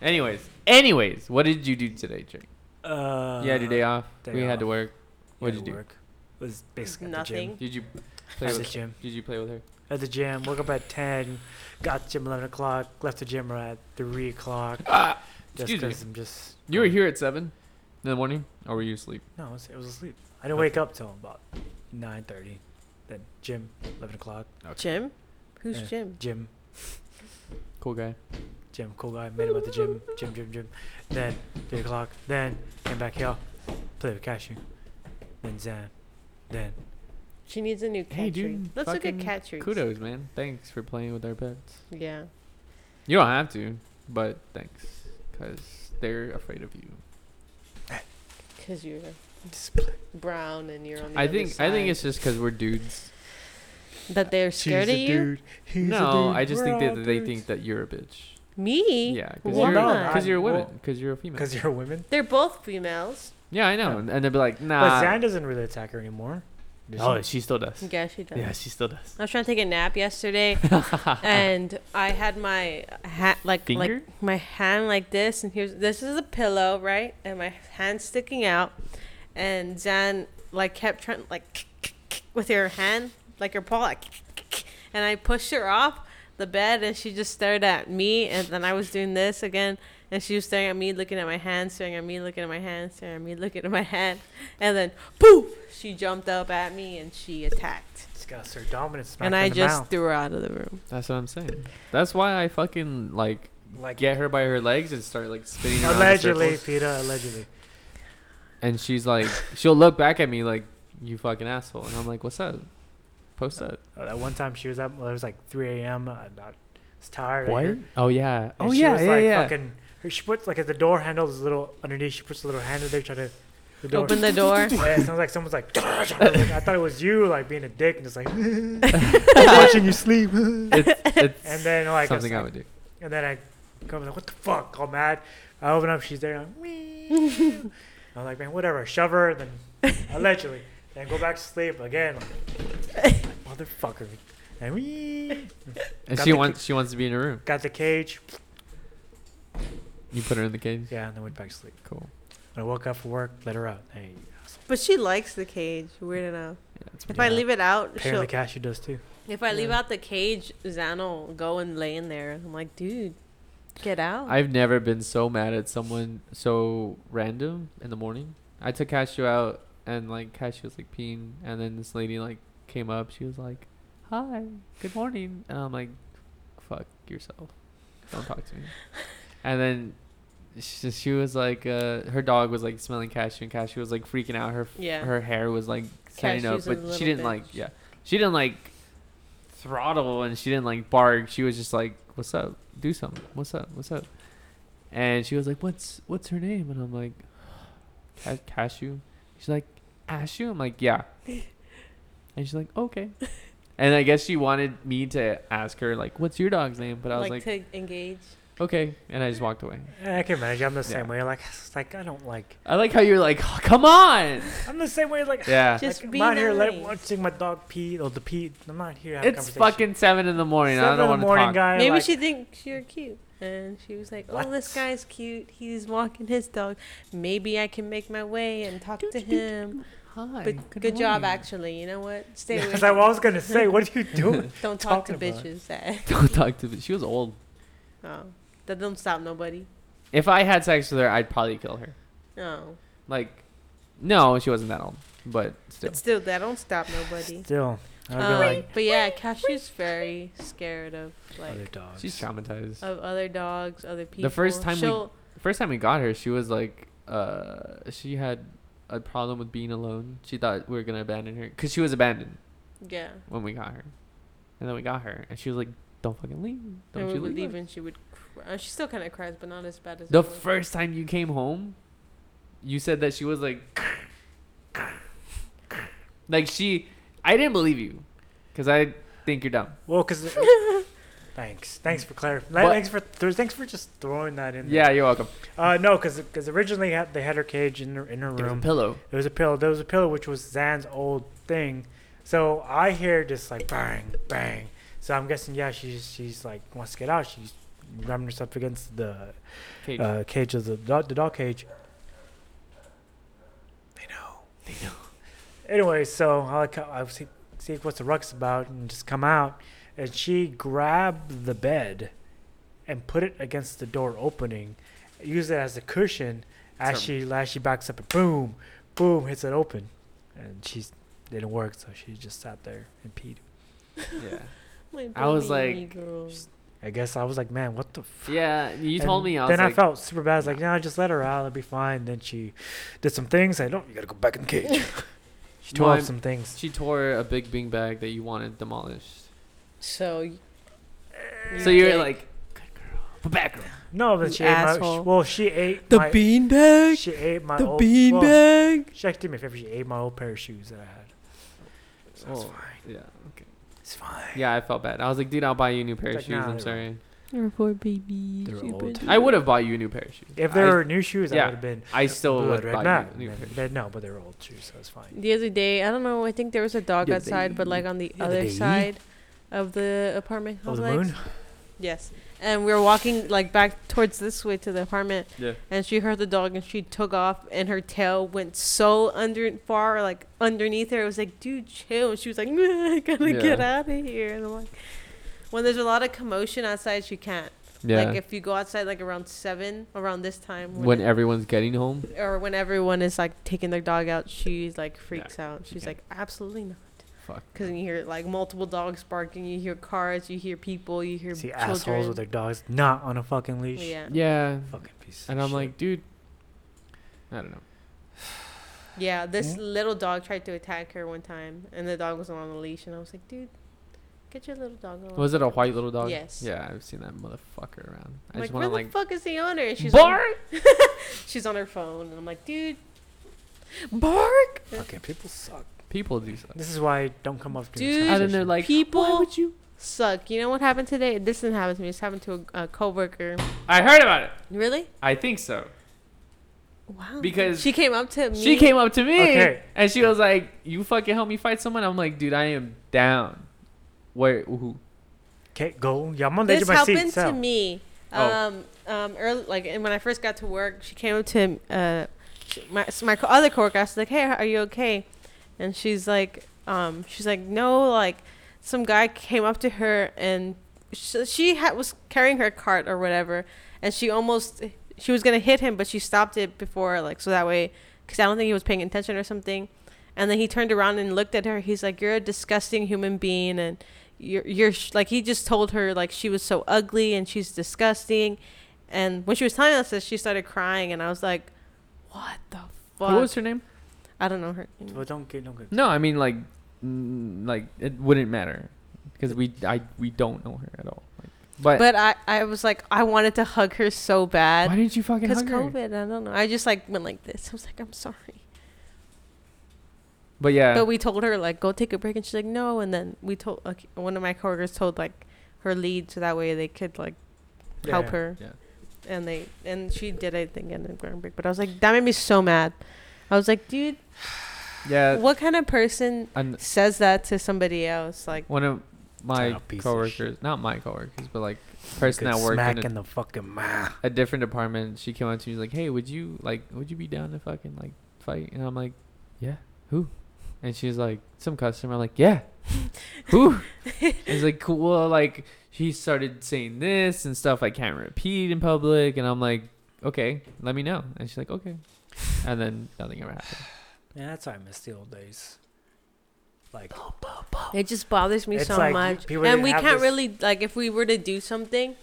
Anyways, anyways, what did you do today, Jake? Uh, you had your day off. day we had to off. work. What did had you to Work. It was basically at the nothing. gym. do? Did you play At the with? gym. Did you play with her? At the gym. Woke up at ten. Got to gym eleven o'clock. Left the gym at three o'clock. Ah, Just Excuse me. because I'm just. you were here at seven in the morning, or were you asleep? No, I was, I was asleep. I didn't wake up till about nine thirty. Then gym, eleven o'clock. Jim. Who's Yeah. Jim? Gym. Cool guy. Gym, cool guy. Met him at the gym. Gym, gym, gym. Then three o'clock. Then came back here. Play with Cashew. Then Zan. Then She needs a new cat Hey, tree. dude. Let's look at fucking cat trees. Kudos, man. Thanks for playing with our pets. Yeah. You don't have to, but thanks. Because they're afraid of you. Because you're just play. brown and you're on the I other think I think it's side. just because we're dudes. that they're scared of you. no, I just think that they think that you're a bitch. Me? Yeah, because Well, you're, no, 'cause I- you're a woman. well- Because you're a female. because you're women. They're both females. yeah, I know. Yeah. And and they'd be like, But nah. Zan doesn't really attack her anymore. does Oh, she? she still does. Yeah, she does. Yeah, she still does. I was trying to take a nap yesterday, Uh, and I had my hat like Finger? like my hand like this, and here's this is a pillow, right? And my hand sticking out, and Zan like kept trying like with her hand, like her paw, like, and I pushed her off the bed, and she just stared at me, and then I was doing this again. And she was staring at me, looking at my hand, staring at me, looking at my hand, staring at me, looking at my hand. And then, poof, she jumped up at me and she attacked It's got Sir Dominant smacked and in I the just mouth. threw her out of the room. That's what I'm saying. That's why I fucking like like get her by her legs and start like spinning around in allegedly, circles. Peter, allegedly. And she's like, she'll look back at me like, "You fucking asshole," and I'm like, "What's up? Post up." Uh, that one time she was up. Well, it was like 3 a.m. I I was tired. I hear- Oh yeah. and Oh she yeah. was, Yeah like, yeah. Fucking, her, she puts like at the door handle is a little underneath. She puts a little handle there, trying to the door. Open the door. yeah, it sounds like someone's like. I thought it was you, like being a dick, and just like watching you sleep. and it's it's then like I was something I like- would do. and then I come like, what the fuck? All mad. I open up, she's there. I'm, "Meow." I'm like, man, whatever. Shove her, then allegedly, then go back to sleep again. Like, Motherfucker. And we And Got she the wants she wants to be in her room. got the cage. You put her in the cage. Yeah, and then went back to sleep. Cool. When I woke up from work, let her out. Hey, But she likes the cage. Weird enough. Yeah, it's If pretty- I Yeah. leave it out, apparently she'll, Cashew does too. if I leave Yeah. out the cage, Xan will go and lay in there. I'm like, dude, get out. I've never been so mad at someone so random in the morning. I took Cashew out and like Cashew was like peeing and then this lady like came up, she was like, Hi, good morning and I'm like, Fuck yourself. Don't talk to me. and then she, she was like uh, her dog was like smelling cashew and cashew was like freaking out her yeah. her hair was like standing up, Cashew's a but little she didn't bitch. like yeah, she didn't like throttle and she didn't like bark. She was just like, "What's up? Do something. What's up? What's up?" And she was like, "What's what's her name?" And I'm like, "Ca- "Cashew." She's like, "Ashu." I'm like, "Yeah." And she's like, "Okay." And I guess she wanted me to ask her like, "What's your dog's name?" But I was like, like, to engage. "Okay," and I just walked away. Yeah, I can manage. I'm the same Yeah. way. Like, it's like I don't like. I like how you're like, "Oh, "Come on." I'm the same way. Like, Yeah. Just like, be I'm not here. Let, nice. watching my dog pee or the pee. I'm not here. having It's conversation. fucking seven in the morning. Seven I don't in want the to morning, talk. guy. Maybe like, she thinks you're cute. And she was like, oh, What? this guy's cute. He's walking his dog. Maybe I can make my way and talk to him. Hi. But good, job, actually. You know what? Stay away. That's what I was gonna say. What are you doing? Don't talk to talking about. bitches. That, Don't talk to me. She was old. oh, that don't stop nobody. If I had sex with her, I'd probably kill her. No. Like, no, she wasn't that old, but still. But still, that don't stop nobody. Still, I'd be Um, like but yeah, Cashew's very scared of other like dogs. She's traumatized. of other dogs, other people. first time we- She'll- The First time we got her, she was like, uh, she had a problem with being alone. She thought we were gonna abandon her because she was abandoned yeah, when we got her, and then we got her, and she was like, "Don't fucking leave! Don't and we you would leave!" leave us." and she would. Cry. uh, She still kind of cries, but not as bad as The it was. first time you came home, you said that she was like, like she. I didn't believe you, because I think you're dumb. Well, because thanks, thanks for clarifying. But- Thanks for th- thanks for just throwing that in. Yeah, There. you're welcome. Uh, no, because originally had, they had her cage in her in her There was a room. Uh, pillow. There was a pillow. There was a pillow, which was Zan's old thing. So I hear just like bang, bang. So I'm guessing, yeah, she's she's like wants to get out. She's ramming herself against the Cage. uh, cage of the dog, the dog cage. They know. They know. Anyway, so I like I see, see what's the ruckus about and just come out, and she grabbed the bed, and put it against the door opening, use it as a cushion as So- she as she backs up and boom, boom hits it open, and she's didn't work so she just sat there and peed. yeah. My I was baby like, girl. s- I guess I was like, man, what the. F-? Yeah, you told And me. I was then like, I felt super bad. I was like, nah, just let her out. It'll be fine. Then she did some things. I don't. You gotta go back in the cage. she tore No, off I'm- some things. she tore a big bean bag that you wanted demolished. So. y- so you're dick. like, good girl, but bad girl. No, but You she ate my. sh- asshole. Well, she ate my. oh, beanbag. She ate my old. well, beanbag. She actually did me a favor. She ate my old pair of shoes that I had. So it's Oh. fine. Yeah. Okay. It's fine. Yeah, I felt bad. I was like, dude, I'll buy you a new pair of Like, shoes. nah, I'm they're- sorry. You're a poor baby. They're Super old. duper. I would have bought you a new pair of shoes. If I- there were new shoes, I yeah. would have been I still good would right buy now. you a new pair. They- no, but they're old shoes, so it's fine. The other day, I don't know. I think there was a dog The other outside, but day. like on the The other other day. side of the apartment Oh, complex. the moon. Yes, and we were walking like back towards this way to the apartment, Yeah. and she heard the dog, and she took off, and her tail went so under far, like underneath her. It was like, dude, chill. And she was like, I gotta Yeah. get out of here. And I'm like, when there's a lot of commotion outside, she can't. Yeah. Like if you go outside like around seven, around this time, e-, when everyone's getting home. or when everyone is like taking their dog out, she's like freaks out. She's can't. like, absolutely not. Fuck. Because you hear like multiple dogs barking, you hear cars, you hear people, you hear See children. Oh, assholes with their dogs not on a fucking leash. yeah. Yeah. Fucking piece. of And I'm shit. like, dude. I don't know. Yeah, this little dog tried to attack her one time, and the dog was on a leash, and I was like, dude, get your little dog on. Was it a white little dog? Yes. Yeah, I've seen that motherfucker around. I I'm like, just where want the to like. fuck is the owner? And she's on, Bark! she's on her phone, and I'm like, dude, Uh, bark, fucking people suck. People do stuff. This is why I don't come up to this Dude. And then they're conversation. like, People- Why would you? suck. You know what happened today? This didn't happen to me. This happened to a, a coworker. I heard about it. Really? I think so. Wow. Because- she came up to me. She came up to me Okay. and she was like, "You fucking help me fight someone." I'm like, "Dude, I am down." Where? Who? Okay, go. Yeah, I'm on the edge this of my happened seat. to So. me. Oh. Um, um, early, like and when I first got to work, she came up to uh, she, my so my co- other coworker. I was like, "Hey, are you okay?" And she's like, um, she's like, "No, like some guy came up to her and she, she ha- was carrying her cart or whatever, and she almost she was gonna hit him, but she stopped it before, like so that way, because I don't think he was paying attention or something." And then he turned around and looked at her. He's like, "You're a disgusting human being," and you're, you're sh- like he just told her like she was so ugly and she's disgusting and when she was telling us this she started crying and i was like what the fuck What was her name? i don't know her Well, don't get don't get. No, I mean like, mm, like it wouldn't matter because we I we don't know her at all. Like, but, but i i was like i wanted to hug her so why bad didn't you fucking because hug her? covid i don't know i just like went like this i was like i'm sorry But yeah, but we told her like go take a break and she's like no and then we told like one of my coworkers told like her lead so that way they could like Yeah, help yeah, her. yeah. And they and she did I think in the ground break. But I was like, that made me so mad. I was like, dude, Uh, yeah. what kind of person an- says that to somebody else? Like one of my Oh, piece of coworkers, not my coworkers, but like person Good that worked smack in a in the fucking mouth. a different department, she came up to me she's like, "Hey, would you like would you be down to fucking like fight?" And I'm like, "Yeah, who?" And she's like, "Some customer." I'm like, "Yeah, who?" And She's like, "Cool." Well, like she started saying this and stuff I can't repeat in public, and I'm like, "Okay, let me know." And she's like, "Okay," and then nothing ever happened. Yeah, that's why I miss the old days. Like, Oh, it just bothers me It's so like you- much. people And didn't we have can't this- really like if we were to do something,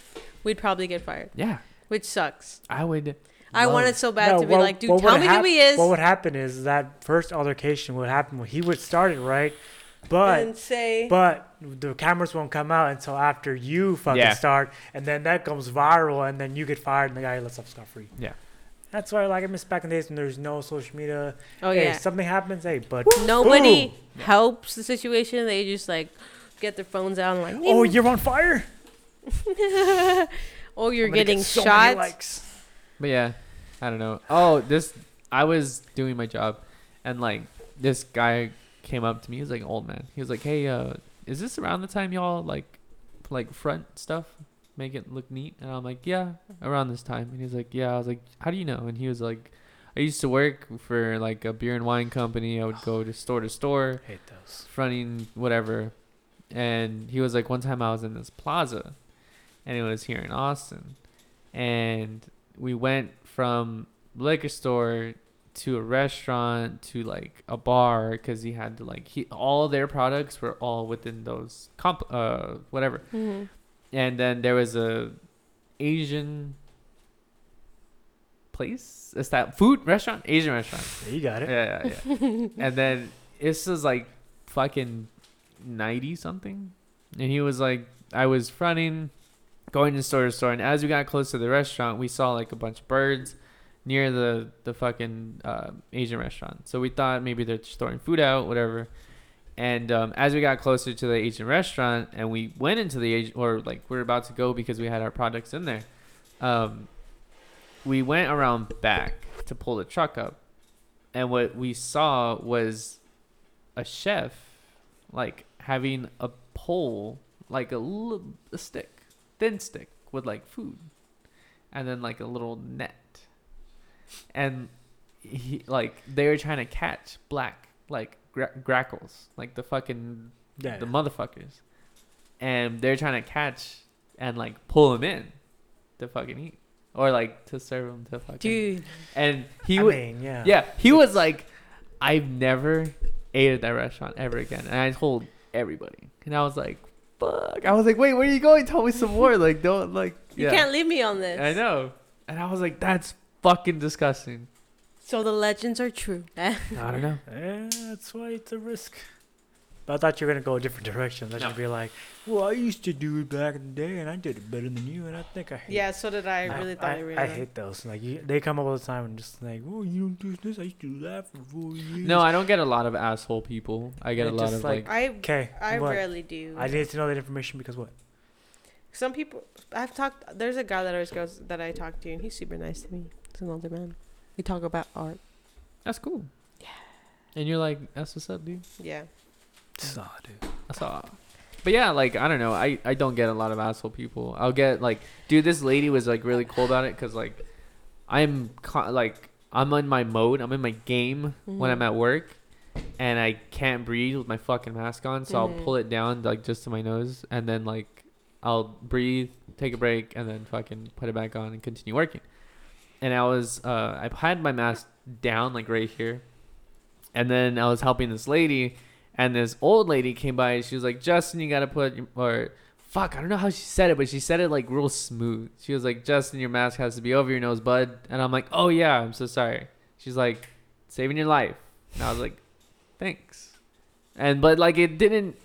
we'd probably get fired. Yeah, Which sucks. I would. I love- wanted so bad No, to be what- like, dude, what tell would me hap- who he is What would happen is that first altercation would happen. He would start it right, but and say But the cameras won't come out until after you fucking Yeah. start, and then that goes viral, and then you get fired, and the guy lets off scot free. Yeah. that's why like I miss back in the days when there's no social media. Oh hey, yeah. something happens. Hey, but Nobody Boom. helps the situation. They just like get their phones out and like Oh, you're on fire. or you're I'm gonna get getting so many shot. likes. But yeah, I don't know. Oh, this I was doing my job, and like this guy came up to me. He's like an old man. He was like, "Hey, uh, is this around the time y'all like, like front stuff, make it look neat?" And I'm like, "Yeah, around this time." And he's like, "Yeah." I was like, "How do you know?" And he was like, "I used to work for like a beer and wine company. I would go to store to store." Hate those. fronting whatever and he was like one time i was in this plaza and it was here in austin and we went from liquor store to a restaurant to like a bar because he had to like he all their products were all within those comp uh whatever Mhm. and then there was a Asian place, is that food restaurant, Asian restaurant. Yeah, you got it. Yeah, yeah, yeah. and then this is like fucking ninety something, and he was like, I was running, going to store to store, and as we got close to the restaurant, we saw like a bunch of birds near the the fucking uh, Asian restaurant. So we thought maybe they're just throwing food out, whatever. And um, as we got closer to the Asian restaurant, and we went into the Asian, or like we are about to go because we had our products in there, um, we went around back to pull the truck up, and what we saw was a chef like having a pole like a, l- a stick thin stick with like food and then like a little net and he like they were trying to catch black like gra- grackles like the fucking Yeah, the yeah. motherfuckers and they're trying to catch and like pull him in to fucking eat or like to serve him to fucking Dude, and he I would mean, yeah. yeah, he was like, I've never ate at that restaurant ever again. And I told everybody. And I was like, fuck. I was like, wait, where are you going? Tell me some more. Like, don't, like, you yeah. can't leave me on this. I know. And I was like, that's fucking disgusting. So the legends are true. I don't know. Eh, that's why it's a risk. But I thought you were gonna go a different direction. That No. should be like, well, I used to do it back in the day, and I did it better than you, and I think I hate. yeah, so did I. it." really thought I, really. I hate those. Like you, they come up all the time and just like, oh, you don't do this. I used to do that for four years. No, I don't get a lot of asshole people. I get a They're lot just of like- like, I Okay. I what? rarely do. I needed to know that information because what? Some people I've talked. There's a guy that always goes that I talk to, and he's super nice to me. He's an older man. We talk about art. that's cool. And you're like, that's what's up, dude. Yeah. Saw, dude. That's all. But yeah, like I don't know. I I don't get a lot of asshole people. I'll get like, dude, this lady was like really cool about it because like, I'm co- like I'm in my mode. I'm in my game Mm-hmm. when I'm at work, and I can't breathe with my fucking mask on. So Mhm. I'll pull it down like just to my nose, and then like I'll breathe, take a break, and then fucking put it back on and continue working. And I was uh I had my mask down like right here, and then I was helping this lady, and this old lady came by and she was like, Justin, you gotta put your, or fuck, I don't know how she said it, but she said it like real smooth. She was like, Justin, your mask has to be over your nose, bud. And I'm like, oh yeah, I'm so sorry. She's like, saving your life. And I was like, thanks. And but like it didn't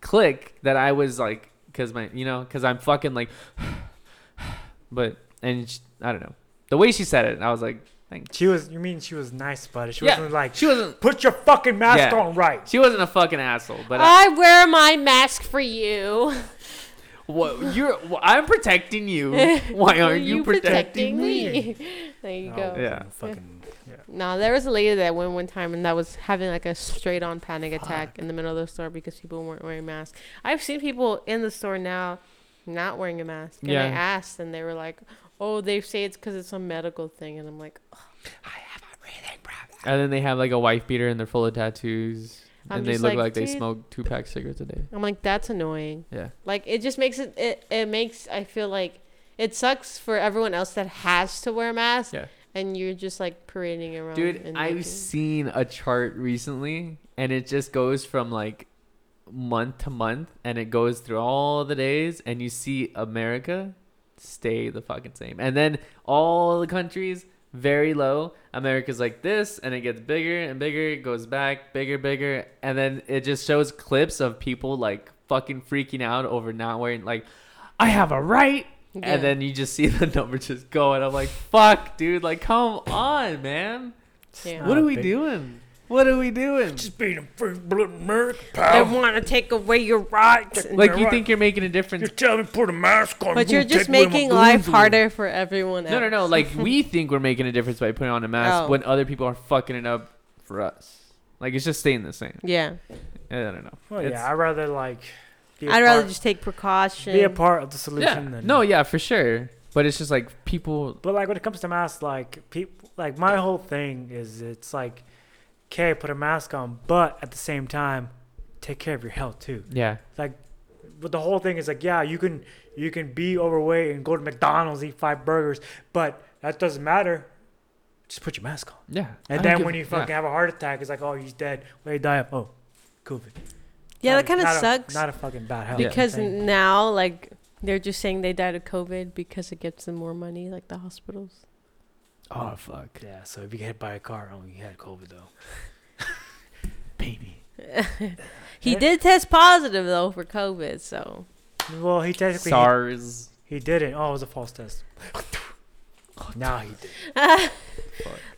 click that I was like, cause my, you know, cause I'm fucking like, but and she, I don't know the way she said it, I was like, thanks. She was. You mean she was nice about it? She Yeah. wasn't like, She wasn't, put your fucking mask Yeah. on right. she wasn't a fucking asshole, but uh, I- I wear my mask for you. Ah. What you're? wh- I'm protecting you. Why aren't you, protecting, me? there you No, go. Yeah. Fucking. Yeah. No, there was a lady that went one time and that was having like a straight on panic attack in the middle of the store because people weren't wearing masks. I've seen people in the store now not wearing a mask. And Yeah. I asked and they were like, oh, they say it's because it's a medical thing. And I'm like, And then they have like a wife beater, and they're full of tattoos, I'm and they just look like, like, they dude. smoke two pack cigarettes a day. I'm like, that's annoying. Yeah. Like, it just makes it, it, it makes, I feel like it sucks for everyone else that has to wear a mask. Yeah. And you're just like parading around. Dude, and looking. I've seen a chart recently, and it just goes from like month to month, and it goes through all the days, and you see America stay the fucking same, and then all the countries very low. America's like this, and it gets bigger and bigger, it goes back, bigger, bigger, and then it just shows clips of people like fucking freaking out over not wearing like. I have a right. Yeah. And then you just see the number just go, and I'm like, "Fuck, dude! Like, come on, man!" Yeah. What Uh, are we big- doing? What are we doing? Just being a free blood American, They pal. want to take away your rights. Like you right. think you're making a You're difference? telling me to put a mask on. But you're We'll just take away my making balloons life away. harder for everyone else. No, no, no. Like we think we're making a difference by putting on a mask Oh. when other people are fucking it up for us. Like it's just staying the same. Yeah. I don't know. Well, It's- yeah, I'd rather like. Be a I'd rather part- just take precaution. be a part of the yeah. solution. Than, No, yeah, for sure. But it's just like people. But like when it comes to masks, like people, like my whole thing is it's like, okay, put a mask on, but at the same time, take care of your health too. Yeah. Like, but the whole thing is like, yeah, you can you can be overweight and go to McDonald's, eat five burgers, but that doesn't matter. Just put your mask on. Yeah. I And don't then give when a- you fucking yeah. have a heart attack, it's like, oh, he's dead. Where you die of? Oh, COVID. yeah, Not that a- kind of not a- sucks Not a fucking bad health. Yeah. because thing. now, like, They're just saying they died of COVID because it gets them more money, like the hospitals. Oh fuck. Yeah, so if you get hit by a car, oh, you had COVID though. Baby. He Yeah. did test positive though for COVID, so Well, he technically he, SARS. he didn't. Oh, it was a false test. now he did.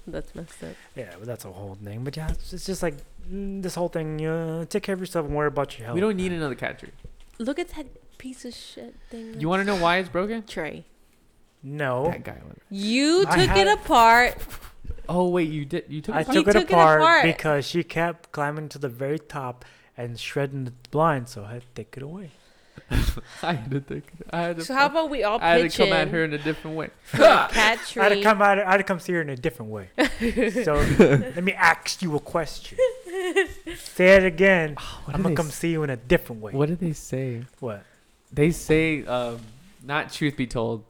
that's messed up. Yeah, but that's a whole thing. But yeah, it's it's just like mm, this whole thing. Uh, take care of yourself and worry about your health. We don't need another catcher. Look at that piece of shit thing. You want to know why it's broken? Trey? No. That guy. went- You I took had- it apart. Oh wait, you did. You took. I it back? took, it, took it apart apart. because she kept climbing to the very top and shredding the blind, so I had to take it away. I had to take it. I had to. So how about we all I had to pitch come in at her in a different way. for a cat I had to tree? come out. I had to come see her in a different way. so let me ask you a question. Say it again. What I'm did gonna they come s- see you in a different way. Oh, What did they say? What? They say, um, not truth be told,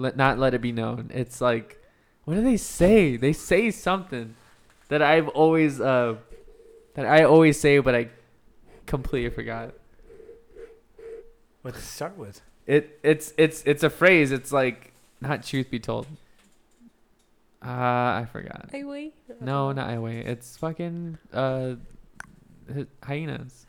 let not let it be known. It's like, what do they say? They say something that I've always, uh, that I always say, but I completely forgot. What to start with? It it's it's it's a phrase. It's like not truth be told. Uh, I forgot. Hey, we? No, not I way. It's fucking uh, hy- hyenas.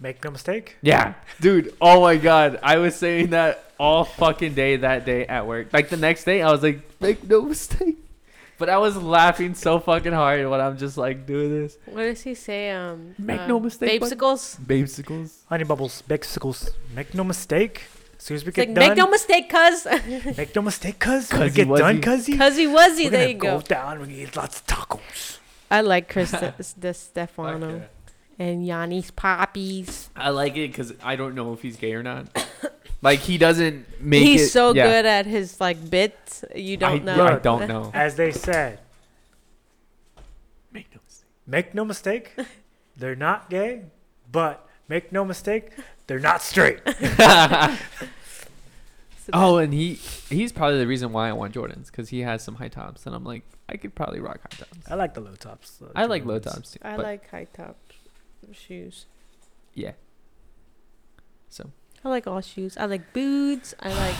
Make no mistake. Yeah, dude. Oh my god, I was saying that all fucking day that day at work. Like the next day, I was like, make no mistake. But I was laughing so fucking hard when I'm just like, do this. What does he say? Um, Make uh, no mistake, bud. Babesicles. Babesicles. Honey bubbles, bicycles. Make no mistake. As soon as we It's get like done, make no mistake, cuz, make no mistake, cuz. When we Cuzzy get done, wuzzy. cuzzy. cuzzy wuzzy. We're There gonna you go. go down. We're gonna eat lots of tacos. I like Chris De, De Stefano Fuck yeah. and Yanni's poppies. I like it because I don't know if he's gay or not. like he doesn't make. He's it- so yeah. good at his like bits. You don't I, know. I don't know. As they said, make no mistake. make no mistake, they're not gay, but make no mistake, they're not straight. oh, and he he's probably the reason why I want Jordans because he has some high tops, and I'm like, I could probably rock high tops. I like the low tops. uh, I like low Jordans. tops too. I but like high top shoes. yeah. So I like all shoes. I like boots. I like.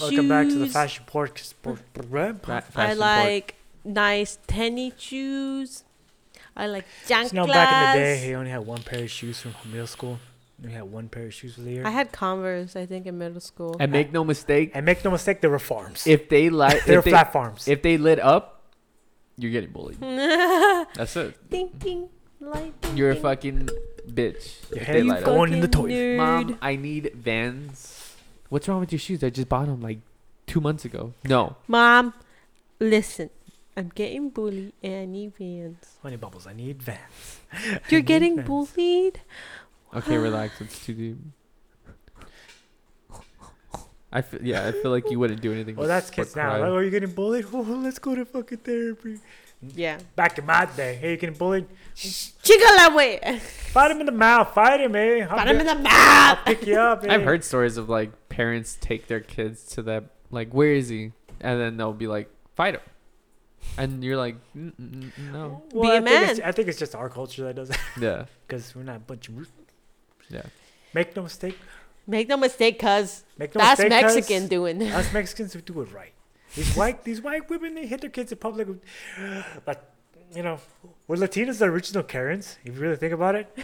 Welcome back to the shoes. fashion pork. pork- fa- I fashion board. like nice tennis shoes. I like You junk know, back in the day, he only had one pair of shoes from middle school. He had one pair of shoes for the year. I had Converse, I think, in middle school. And make no mistake, and make no mistake, they were farms. if they like, they were if they, flat farms. if they lit up, you're getting bullied. That's it. ding, ding, light, ding, You're a ding. fucking bitch. Your if head they is light up. full. going in the Fucking toilet. Mom, nerd. I need Vans. What's wrong with your shoes? I just bought them like two months ago. No, Mom, listen. I'm getting bullied and I need vans. Honey bubbles, I need Vans. You're getting Vans. bullied? Okay, relax. It's too deep. I feel, yeah, I feel like you wouldn't do anything. Well, but- that's but kids now. cry. Like, oh, you're getting bullied? Oh, let's go to fucking therapy. Yeah. Back in my day, hey, you getting bullied? Chigalawe! Fight him in the mouth. Fight him, eh? I'll Got him pi- in the mouth! I'll pick you up. eh? I've heard stories of like parents take their kids to that, like, where is he? And then they'll be like, fight him. And you're like, "Mm, mm, mm, no. Well, Be I a Think it's, man. I think it's just our culture that does it Yeah. because we're not a bunch of. Yeah. Make no mistake. Make no mistake, cuz. Make no That's mistake. 'cause Mexican doing. Us Mexicans, we do it right. These white, these white women, they hit their kids in public. with- Like, you know, were Latinos the original Karens? If you really think about it,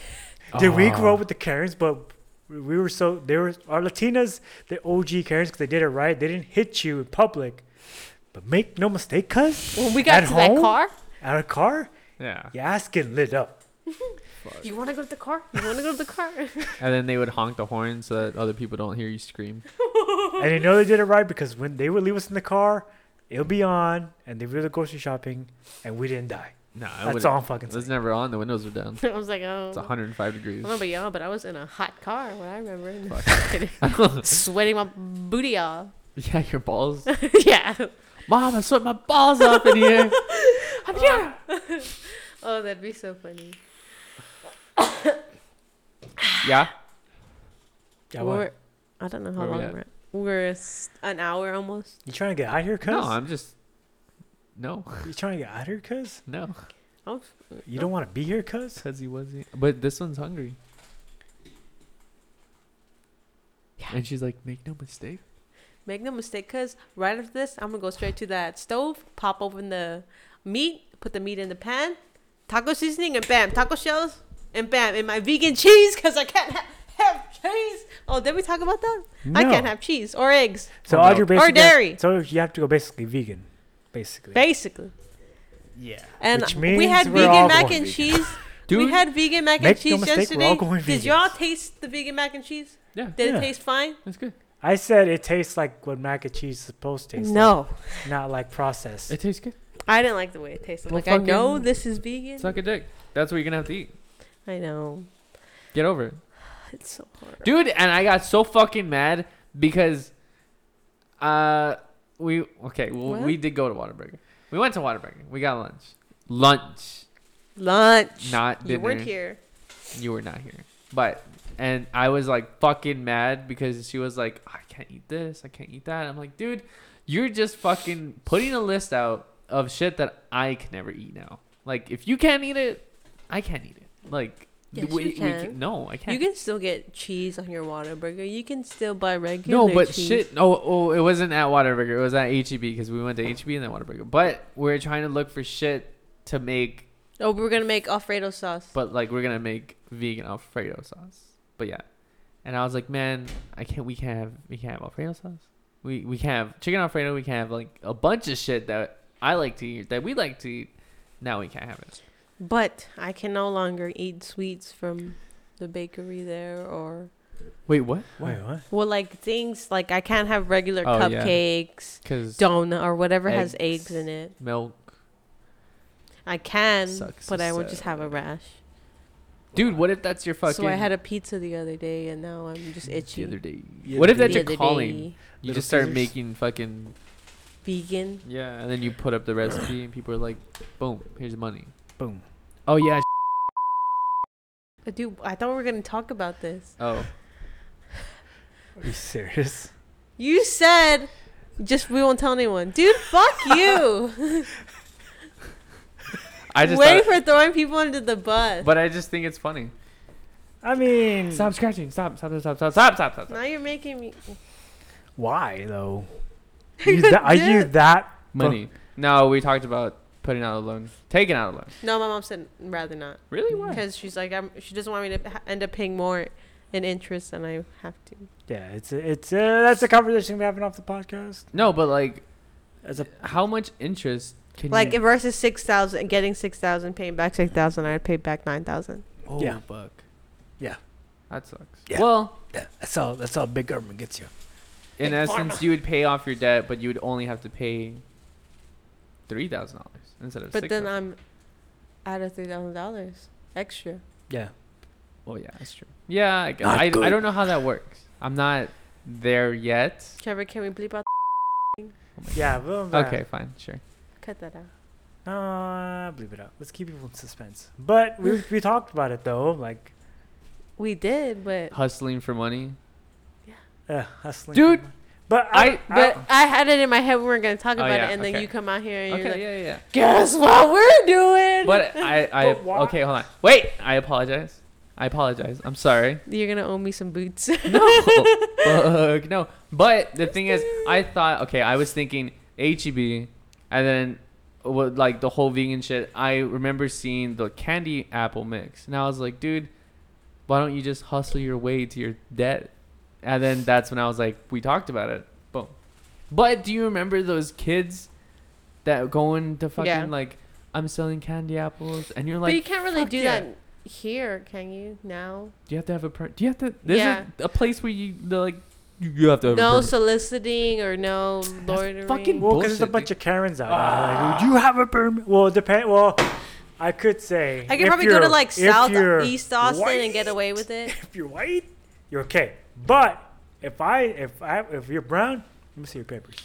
did we grow Oh. up with the Karens? But we were so they were our Latinas, the OG Karens, because they did it right. They didn't hit you in public. But make no mistake, cuz When we got At to home? that car, our car, Yeah. your ass getting lit up. you want to go to the car? You want to go to the car? And then they would honk the horn so that other people don't hear you scream. and you know they did it right because when they would leave us in the car, it'll be on, and they would go grocery shopping, and we didn't die. No, I That's wouldn't. all I'm fucking It was saying. never on. The windows were down. I was like, oh. It's 105 degrees. I don't know about y'all, but I was in a hot car when I remember. Fuck. Sweating my booty off. yeah, your balls. yeah. Mom, I sweat my balls up in here. Oh, that'd be so funny. Yeah. Yeah, what? We're- I don't know how Where we long at? we're at. We're s- an hour almost. You trying to get out of here, cuz? No, I'm just. No, You trying to get out of here, cuz? no. Oh, You don't want to be here, cuz? Says he wasn't. But this one's hungry. And she's like, make no mistake. Make no mistake, cause right after this, I'm gonna go straight to that stove, pop open the meat, put the meat in the pan, taco seasoning, and bam, taco shells, and bam, and my vegan cheese, cause I can't ha- have cheese. Oh, did we talk about that? I can't No. have cheese or eggs, So Oh, no. Audrey basically dairy. So you have to go basically vegan, basically. basically. yeah. And Which we had means we're all vegan mac going and vegan. cheese. we Dude. had vegan mac and make no cheese mistake, we're all yesterday. going Did vegans. y'all taste the vegan mac and cheese? Yeah, Did Yeah. it taste fine? that's good. I said it tastes like what mac and cheese is supposed to taste No, like, not like processed. It tastes good. I didn't like the way it tasted. Well, like I know fucking- this is vegan. Suck a dick. That's what you're gonna have to eat. I know Get over it. it's so hard. dude and i got so fucking mad because uh we okay well, What? we did go to waterburger we went to waterburger we got lunch lunch Lunch. Not You weren't dinner. here. you were not here but and i was like fucking mad because she was like i can't eat this i can't eat that i'm like dude you're just fucking putting a list out of shit that i can never eat now like if you can't eat it i can't eat it like Yes, we, you we can. no i can't You can still get cheese on your water burger. You can still buy regular. No, but cheese. shit. No, oh, it wasn't at Waterburger. It was at HEB because we went to HEB and then Waterburger. But we're trying to look for shit to make. Oh, we're gonna make Alfredo sauce. But like, we're gonna make vegan Alfredo sauce. But yeah, and I was like, man, I can't. We can't have. We can't have Alfredo sauce. We we can't have chicken Alfredo. We can't have like a bunch of shit that I like to eat that we like to eat. Now we can't have it. But I can no longer eat sweets from the bakery there or Wait, what? Wait, what? well, like things like I can't have regular Oh, yeah. cupcakes, Because donut, or whatever has eggs Eggs. in it. milk, I can, Sucks but to I would just have a suck. rash. dude. What if that's your fucking? So I had a pizza the other day, and now I'm just the itchy. other day. The what if other that's day. The your other calling? day, You Little just start Caesars? making fucking vegan. Yeah, and then you put up the recipe, and people are like, "Boom, here's money." Boom. Oh yeah. But dude, I thought we were gonna talk about this. Oh, Are you serious? You said just we won't tell anyone. Dude, fuck you. I just. Way thought- for throwing people under the bus. but I just think it's funny. I Mm. mean, Stop scratching! Stop! Stop! Stop! Stop! Stop! Stop! Stop! now you're making me why though? Are you that, are you Legit. that? Money. No, we talked about putting out a loan, taking out a loan. No, my mom said rather not. Really? Why? Because she's like I'm, she doesn't want me to ha- end up paying more in interest than I have to. Yeah, it's a, it's a, that's a conversation we're having off the podcast. No, but like, As a how much interest can Like you? if versus 6,000 getting 6,000 paying back 6,000, I'd pay back 9,000. oh, Yeah. fuck. Yeah. That sucks. Yeah. Well, yeah, that's how that's how big government gets you. in Big essence, you would pay off your debt, but you would only have to pay three thousand dollars instead of. But then $6,000. I'm out of $3,000 extra. Yeah. Well, yeah, that's true. Yeah, I, guess. Not I, I good. don't know how that works. I'm not there yet. Trevor, can we bleep out Yeah. Well, uh, Okay, fine, sure. cut that out? Uh, believe it up. Let's keep people in suspense. But we we talked about it though, like We did, but Hustling for money. uh, hustling, Dude, But I- I, But I had it in my head we weren't gonna talk Oh, about yeah, it, and okay. then you come out here and Okay, you're like, yeah, yeah. "Guess what we're doing?" But I, I, But why? okay, hold on. Wait, I apologize. I apologize. I'm sorry. you're gonna owe me some boots. No, uh, fuck, no. But the thing is, I thought, okay, I was thinking HEB, and then what, like the whole vegan shit. I remember seeing the candy apple mix, and I was like, dude, why don't you just hustle your way to your debt? And then that's when I was like, we talked about it. Boom. But do you remember those kids that going to fucking Yeah. like, I'm selling candy apples, and you're but you like, can't really fuck do yeah. that here, can you? Now, do you have to have a per? Do you have to? There's Yeah. a, a place where you they're like, you have to have a no permit." soliciting or no loitering. fucking well, because there's a bunch bullshit, dude. Ah. of Karens out there. Like, "Would you have a permit? Well, depend. Well, I could say I could if probably go to you're- like if South you're East Austin and white- get away with it. If you're white, you're okay. But if I if I if you're brown, let me see your papers.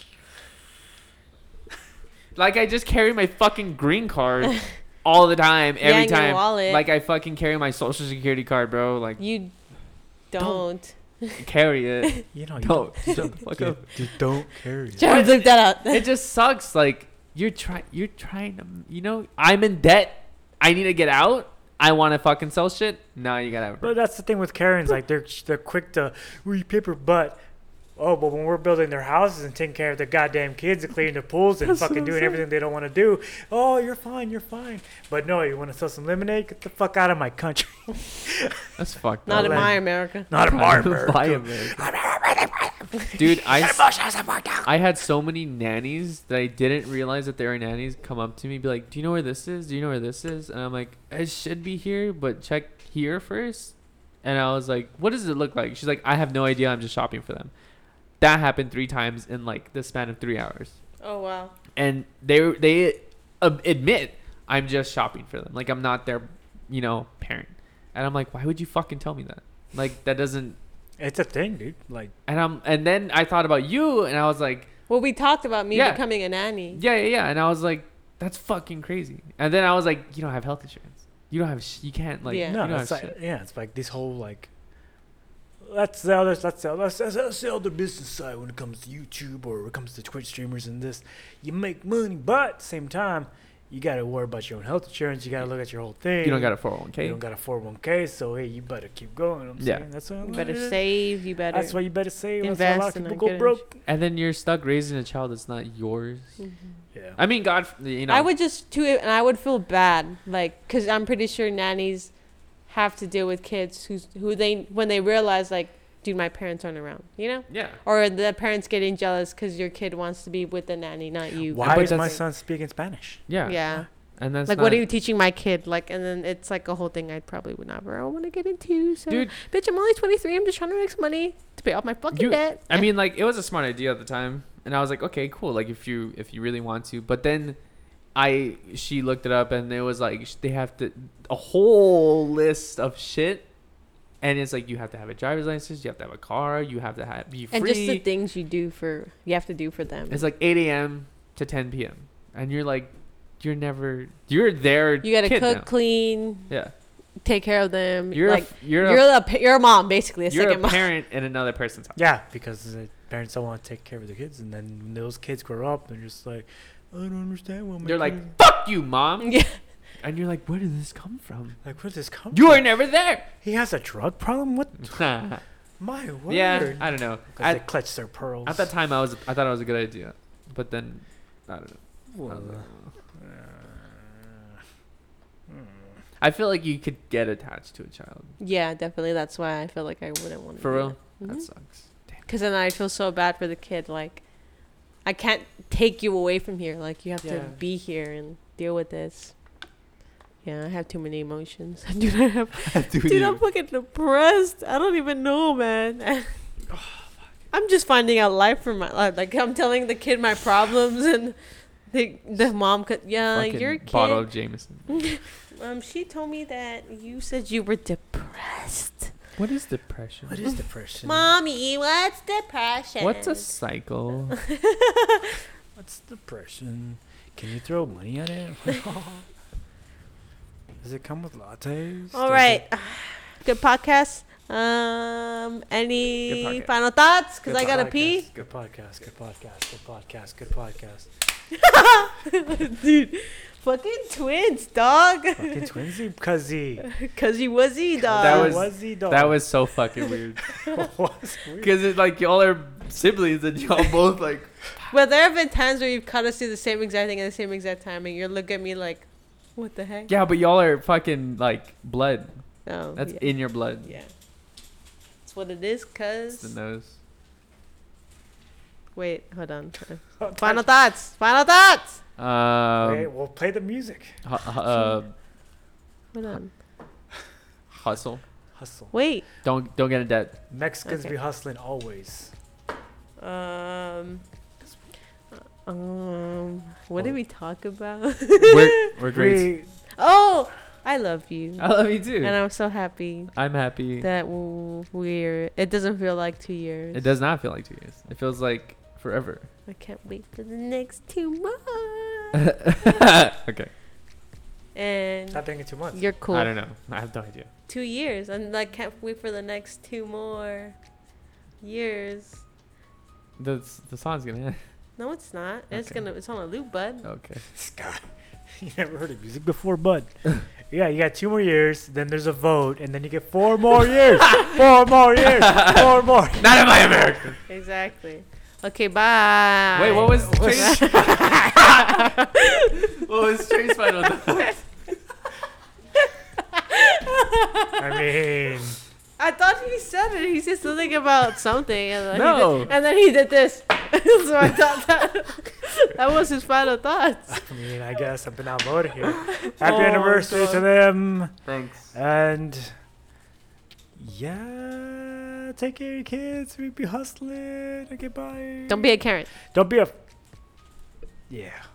Like I just carry my fucking green card all the time, Yeah, every in your time. wallet. Like I fucking carry my social security card, bro. Like You don't. carry it. You know, you No, shut the fuck up. You don't carry. it. Trevor, bleep that out. It just sucks. Like you're trying, you're trying to, you know, I'm in debt. I need to get out, I want to fucking sell shit. No, you gotta have a But break. that's the thing with Karens, like they're they're quick to we paper butt. Oh, but when we're building their houses and taking care of their goddamn kids and cleaning the pools and That's what fucking I'm doing saying. everything they don't want to do, oh, you're fine, you're fine. But no, you want to sell some lemonade? Get the fuck out of my country. That's fucked Not up. in my America. Not in my Buy America. American. Dude, I, s- I had so many nannies that I didn't realize that they were nannies come up to me and be like, Do you know where this is? Do you know where this is? And I'm like, It should be here, but check here first. And I was like, What does it look like? She's like, I have no idea. I'm just shopping for them. That happened three times in like the span of three hours. Oh wow. And they, they uh, admit I'm just shopping for them. Like, I'm not their, you know, parent. And I'm like, Why would you fucking tell me that? Like, that doesn't It's a thing, dude. Like, and I'm and then I thought about you and I was like, Well, we talked about me Yeah. becoming a nanny. yeah, yeah, yeah. And I was like, that's fucking crazy. And then I was like, you don't have health insurance. You don't have sh- you can't like Yeah. yeah. no, you don't it's have like, shit. yeah, it's like this whole like. That's the other. That's the that's, that's, that's the other business side when it comes to YouTube or when it comes to Twitch streamers and this. You make money, but at the same time, you gotta worry about your own health insurance. You gotta look at your whole thing. You don't got a 401k. You don't got a 401k, so hey, you better keep going. I'm Yeah. saying that's what You what better it is. save. You better. That's why you better save. That's why a lot invest of in a people go good broke. and then you're stuck raising a child that's not yours. Yeah. I mean, God, you Mm-hmm. know. I would just do it, and I would feel bad, like, because I'm pretty sure nannies have to deal with kids who's who they when they realize like, dude, my parents aren't around, you know, Yeah. or the parents getting jealous because your kid wants to be with the nanny, not you. Why but is my that's- son speaking Spanish? Yeah. Yeah. And that's Like, what not- are you teaching my kid? Like, and then it's like a whole thing I probably would never want to get into. So, Dude. bitch, I'm only 23. I'm just trying to make some money to pay off my fucking You- debt. I mean, like it was a smart idea at the time, and I was like, okay, cool. Like if you if you really want to, but then I she looked it up and it was like sh- they have to a whole list of shit, and it's like you have to have a driver's license, you have to have a car, you have to have be free. and just the things you do for you have to do for them. it's like 8 a.m. to 10 p.m. and you're like, you're never you're there. you gotta cook, clean, Yeah, take care of them. you're like, a, f- you're you're a, a, pa- you're a mom basically a you're a second mom parent in another person's house. Yeah, because the parents don't want to take care of the kids, and then when those kids grow up, they're just like, I don't understand what my They're like, kid- fuck you, mom, yeah and you're like, where did this come from? like where does this come? You are from? never there. He has a drug problem. What? My word. Yeah, I don't know. Because they At, clutch their pearls. at that time, I was I thought it was a good idea, but then I don't know. I, was like, Well, "Oh." uh, mm. I feel like you could get attached to a child yeah definitely that's why i feel like i wouldn't want to for real. That because sucks. then i feel so bad for the kid like i can't take you away from here like you have Yeah. to be here and deal with this yeah i have too many emotions dude i have Dude, dude i'm fucking depressed i don't even know man Oh, i'm just finding out life for my life like i'm telling the kid my problems and the, the mom could yeah fucking your kid bottle of Jameson. Um, she told me that you said you were depressed. What is depression? What is depression? Mommy, what's depression? What's a cycle? What's depression? Can you throw money at it? Does it come with lattes? All Does right. it- Good podcast. Um, any Good podcast. final thoughts? Cause good I gotta podcast, pee. Good podcast. Good podcast. Good podcast. Good podcast. Dude, fucking twins, dog. Fucking twinsy, cuzzy. Cause you was he, dog. That was- Wuzzy dog. that was so fucking weird. was weird. Because it's like y'all are siblings and y'all both like. But there have been times where you've caught us do the same exact thing at the same exact time, and you're looking at me like, "What the heck?" Yeah, but y'all are fucking like blood. Oh, That's yeah. in your blood. yeah. That's what it is. Cause It's the nose. wait, hold on. Oh, Final thoughts. Final thoughts. Um, Wait, we'll play the music. hu- hu- uh, Hold on. hustle. Hustle. Wait. Don't don't get in debt. Mexicans Okay. be hustling always. Um. Um. What did we talk about? Oh. we're, we're great. We- oh, I love you, I love you too. and I'm so happy I'm happy. that w- we're. It doesn't feel like two years. It does not feel like two years. It feels like forever. I can't wait for the next two months. okay. Stop and thinking too much. you're cool. I don't know. I have no idea. two years and I can't wait for the next two more years. The the song's gonna end. No, it's not. It's Okay. Oh. gonna. It's on a loop, bud. Okay. Scott. you never heard of music before, bud. yeah, you got two more years. Then there's a vote, and then you get four more years. four more years. Four more. Not in my America. Exactly. Okay, bye. Wait, what was Trace? was? what was Trace final? I mean, I thought he said it. He said something about something, and then, he, No. did, and then he did this. so I thought that that was his final thoughts. I mean, I guess I've been outvoted here. Happy Oh, anniversary to God. them, Thanks. and yeah, take care, of your kids. We be hustling. Okay, bye. Don't be a Karen. Don't be a. Yeah.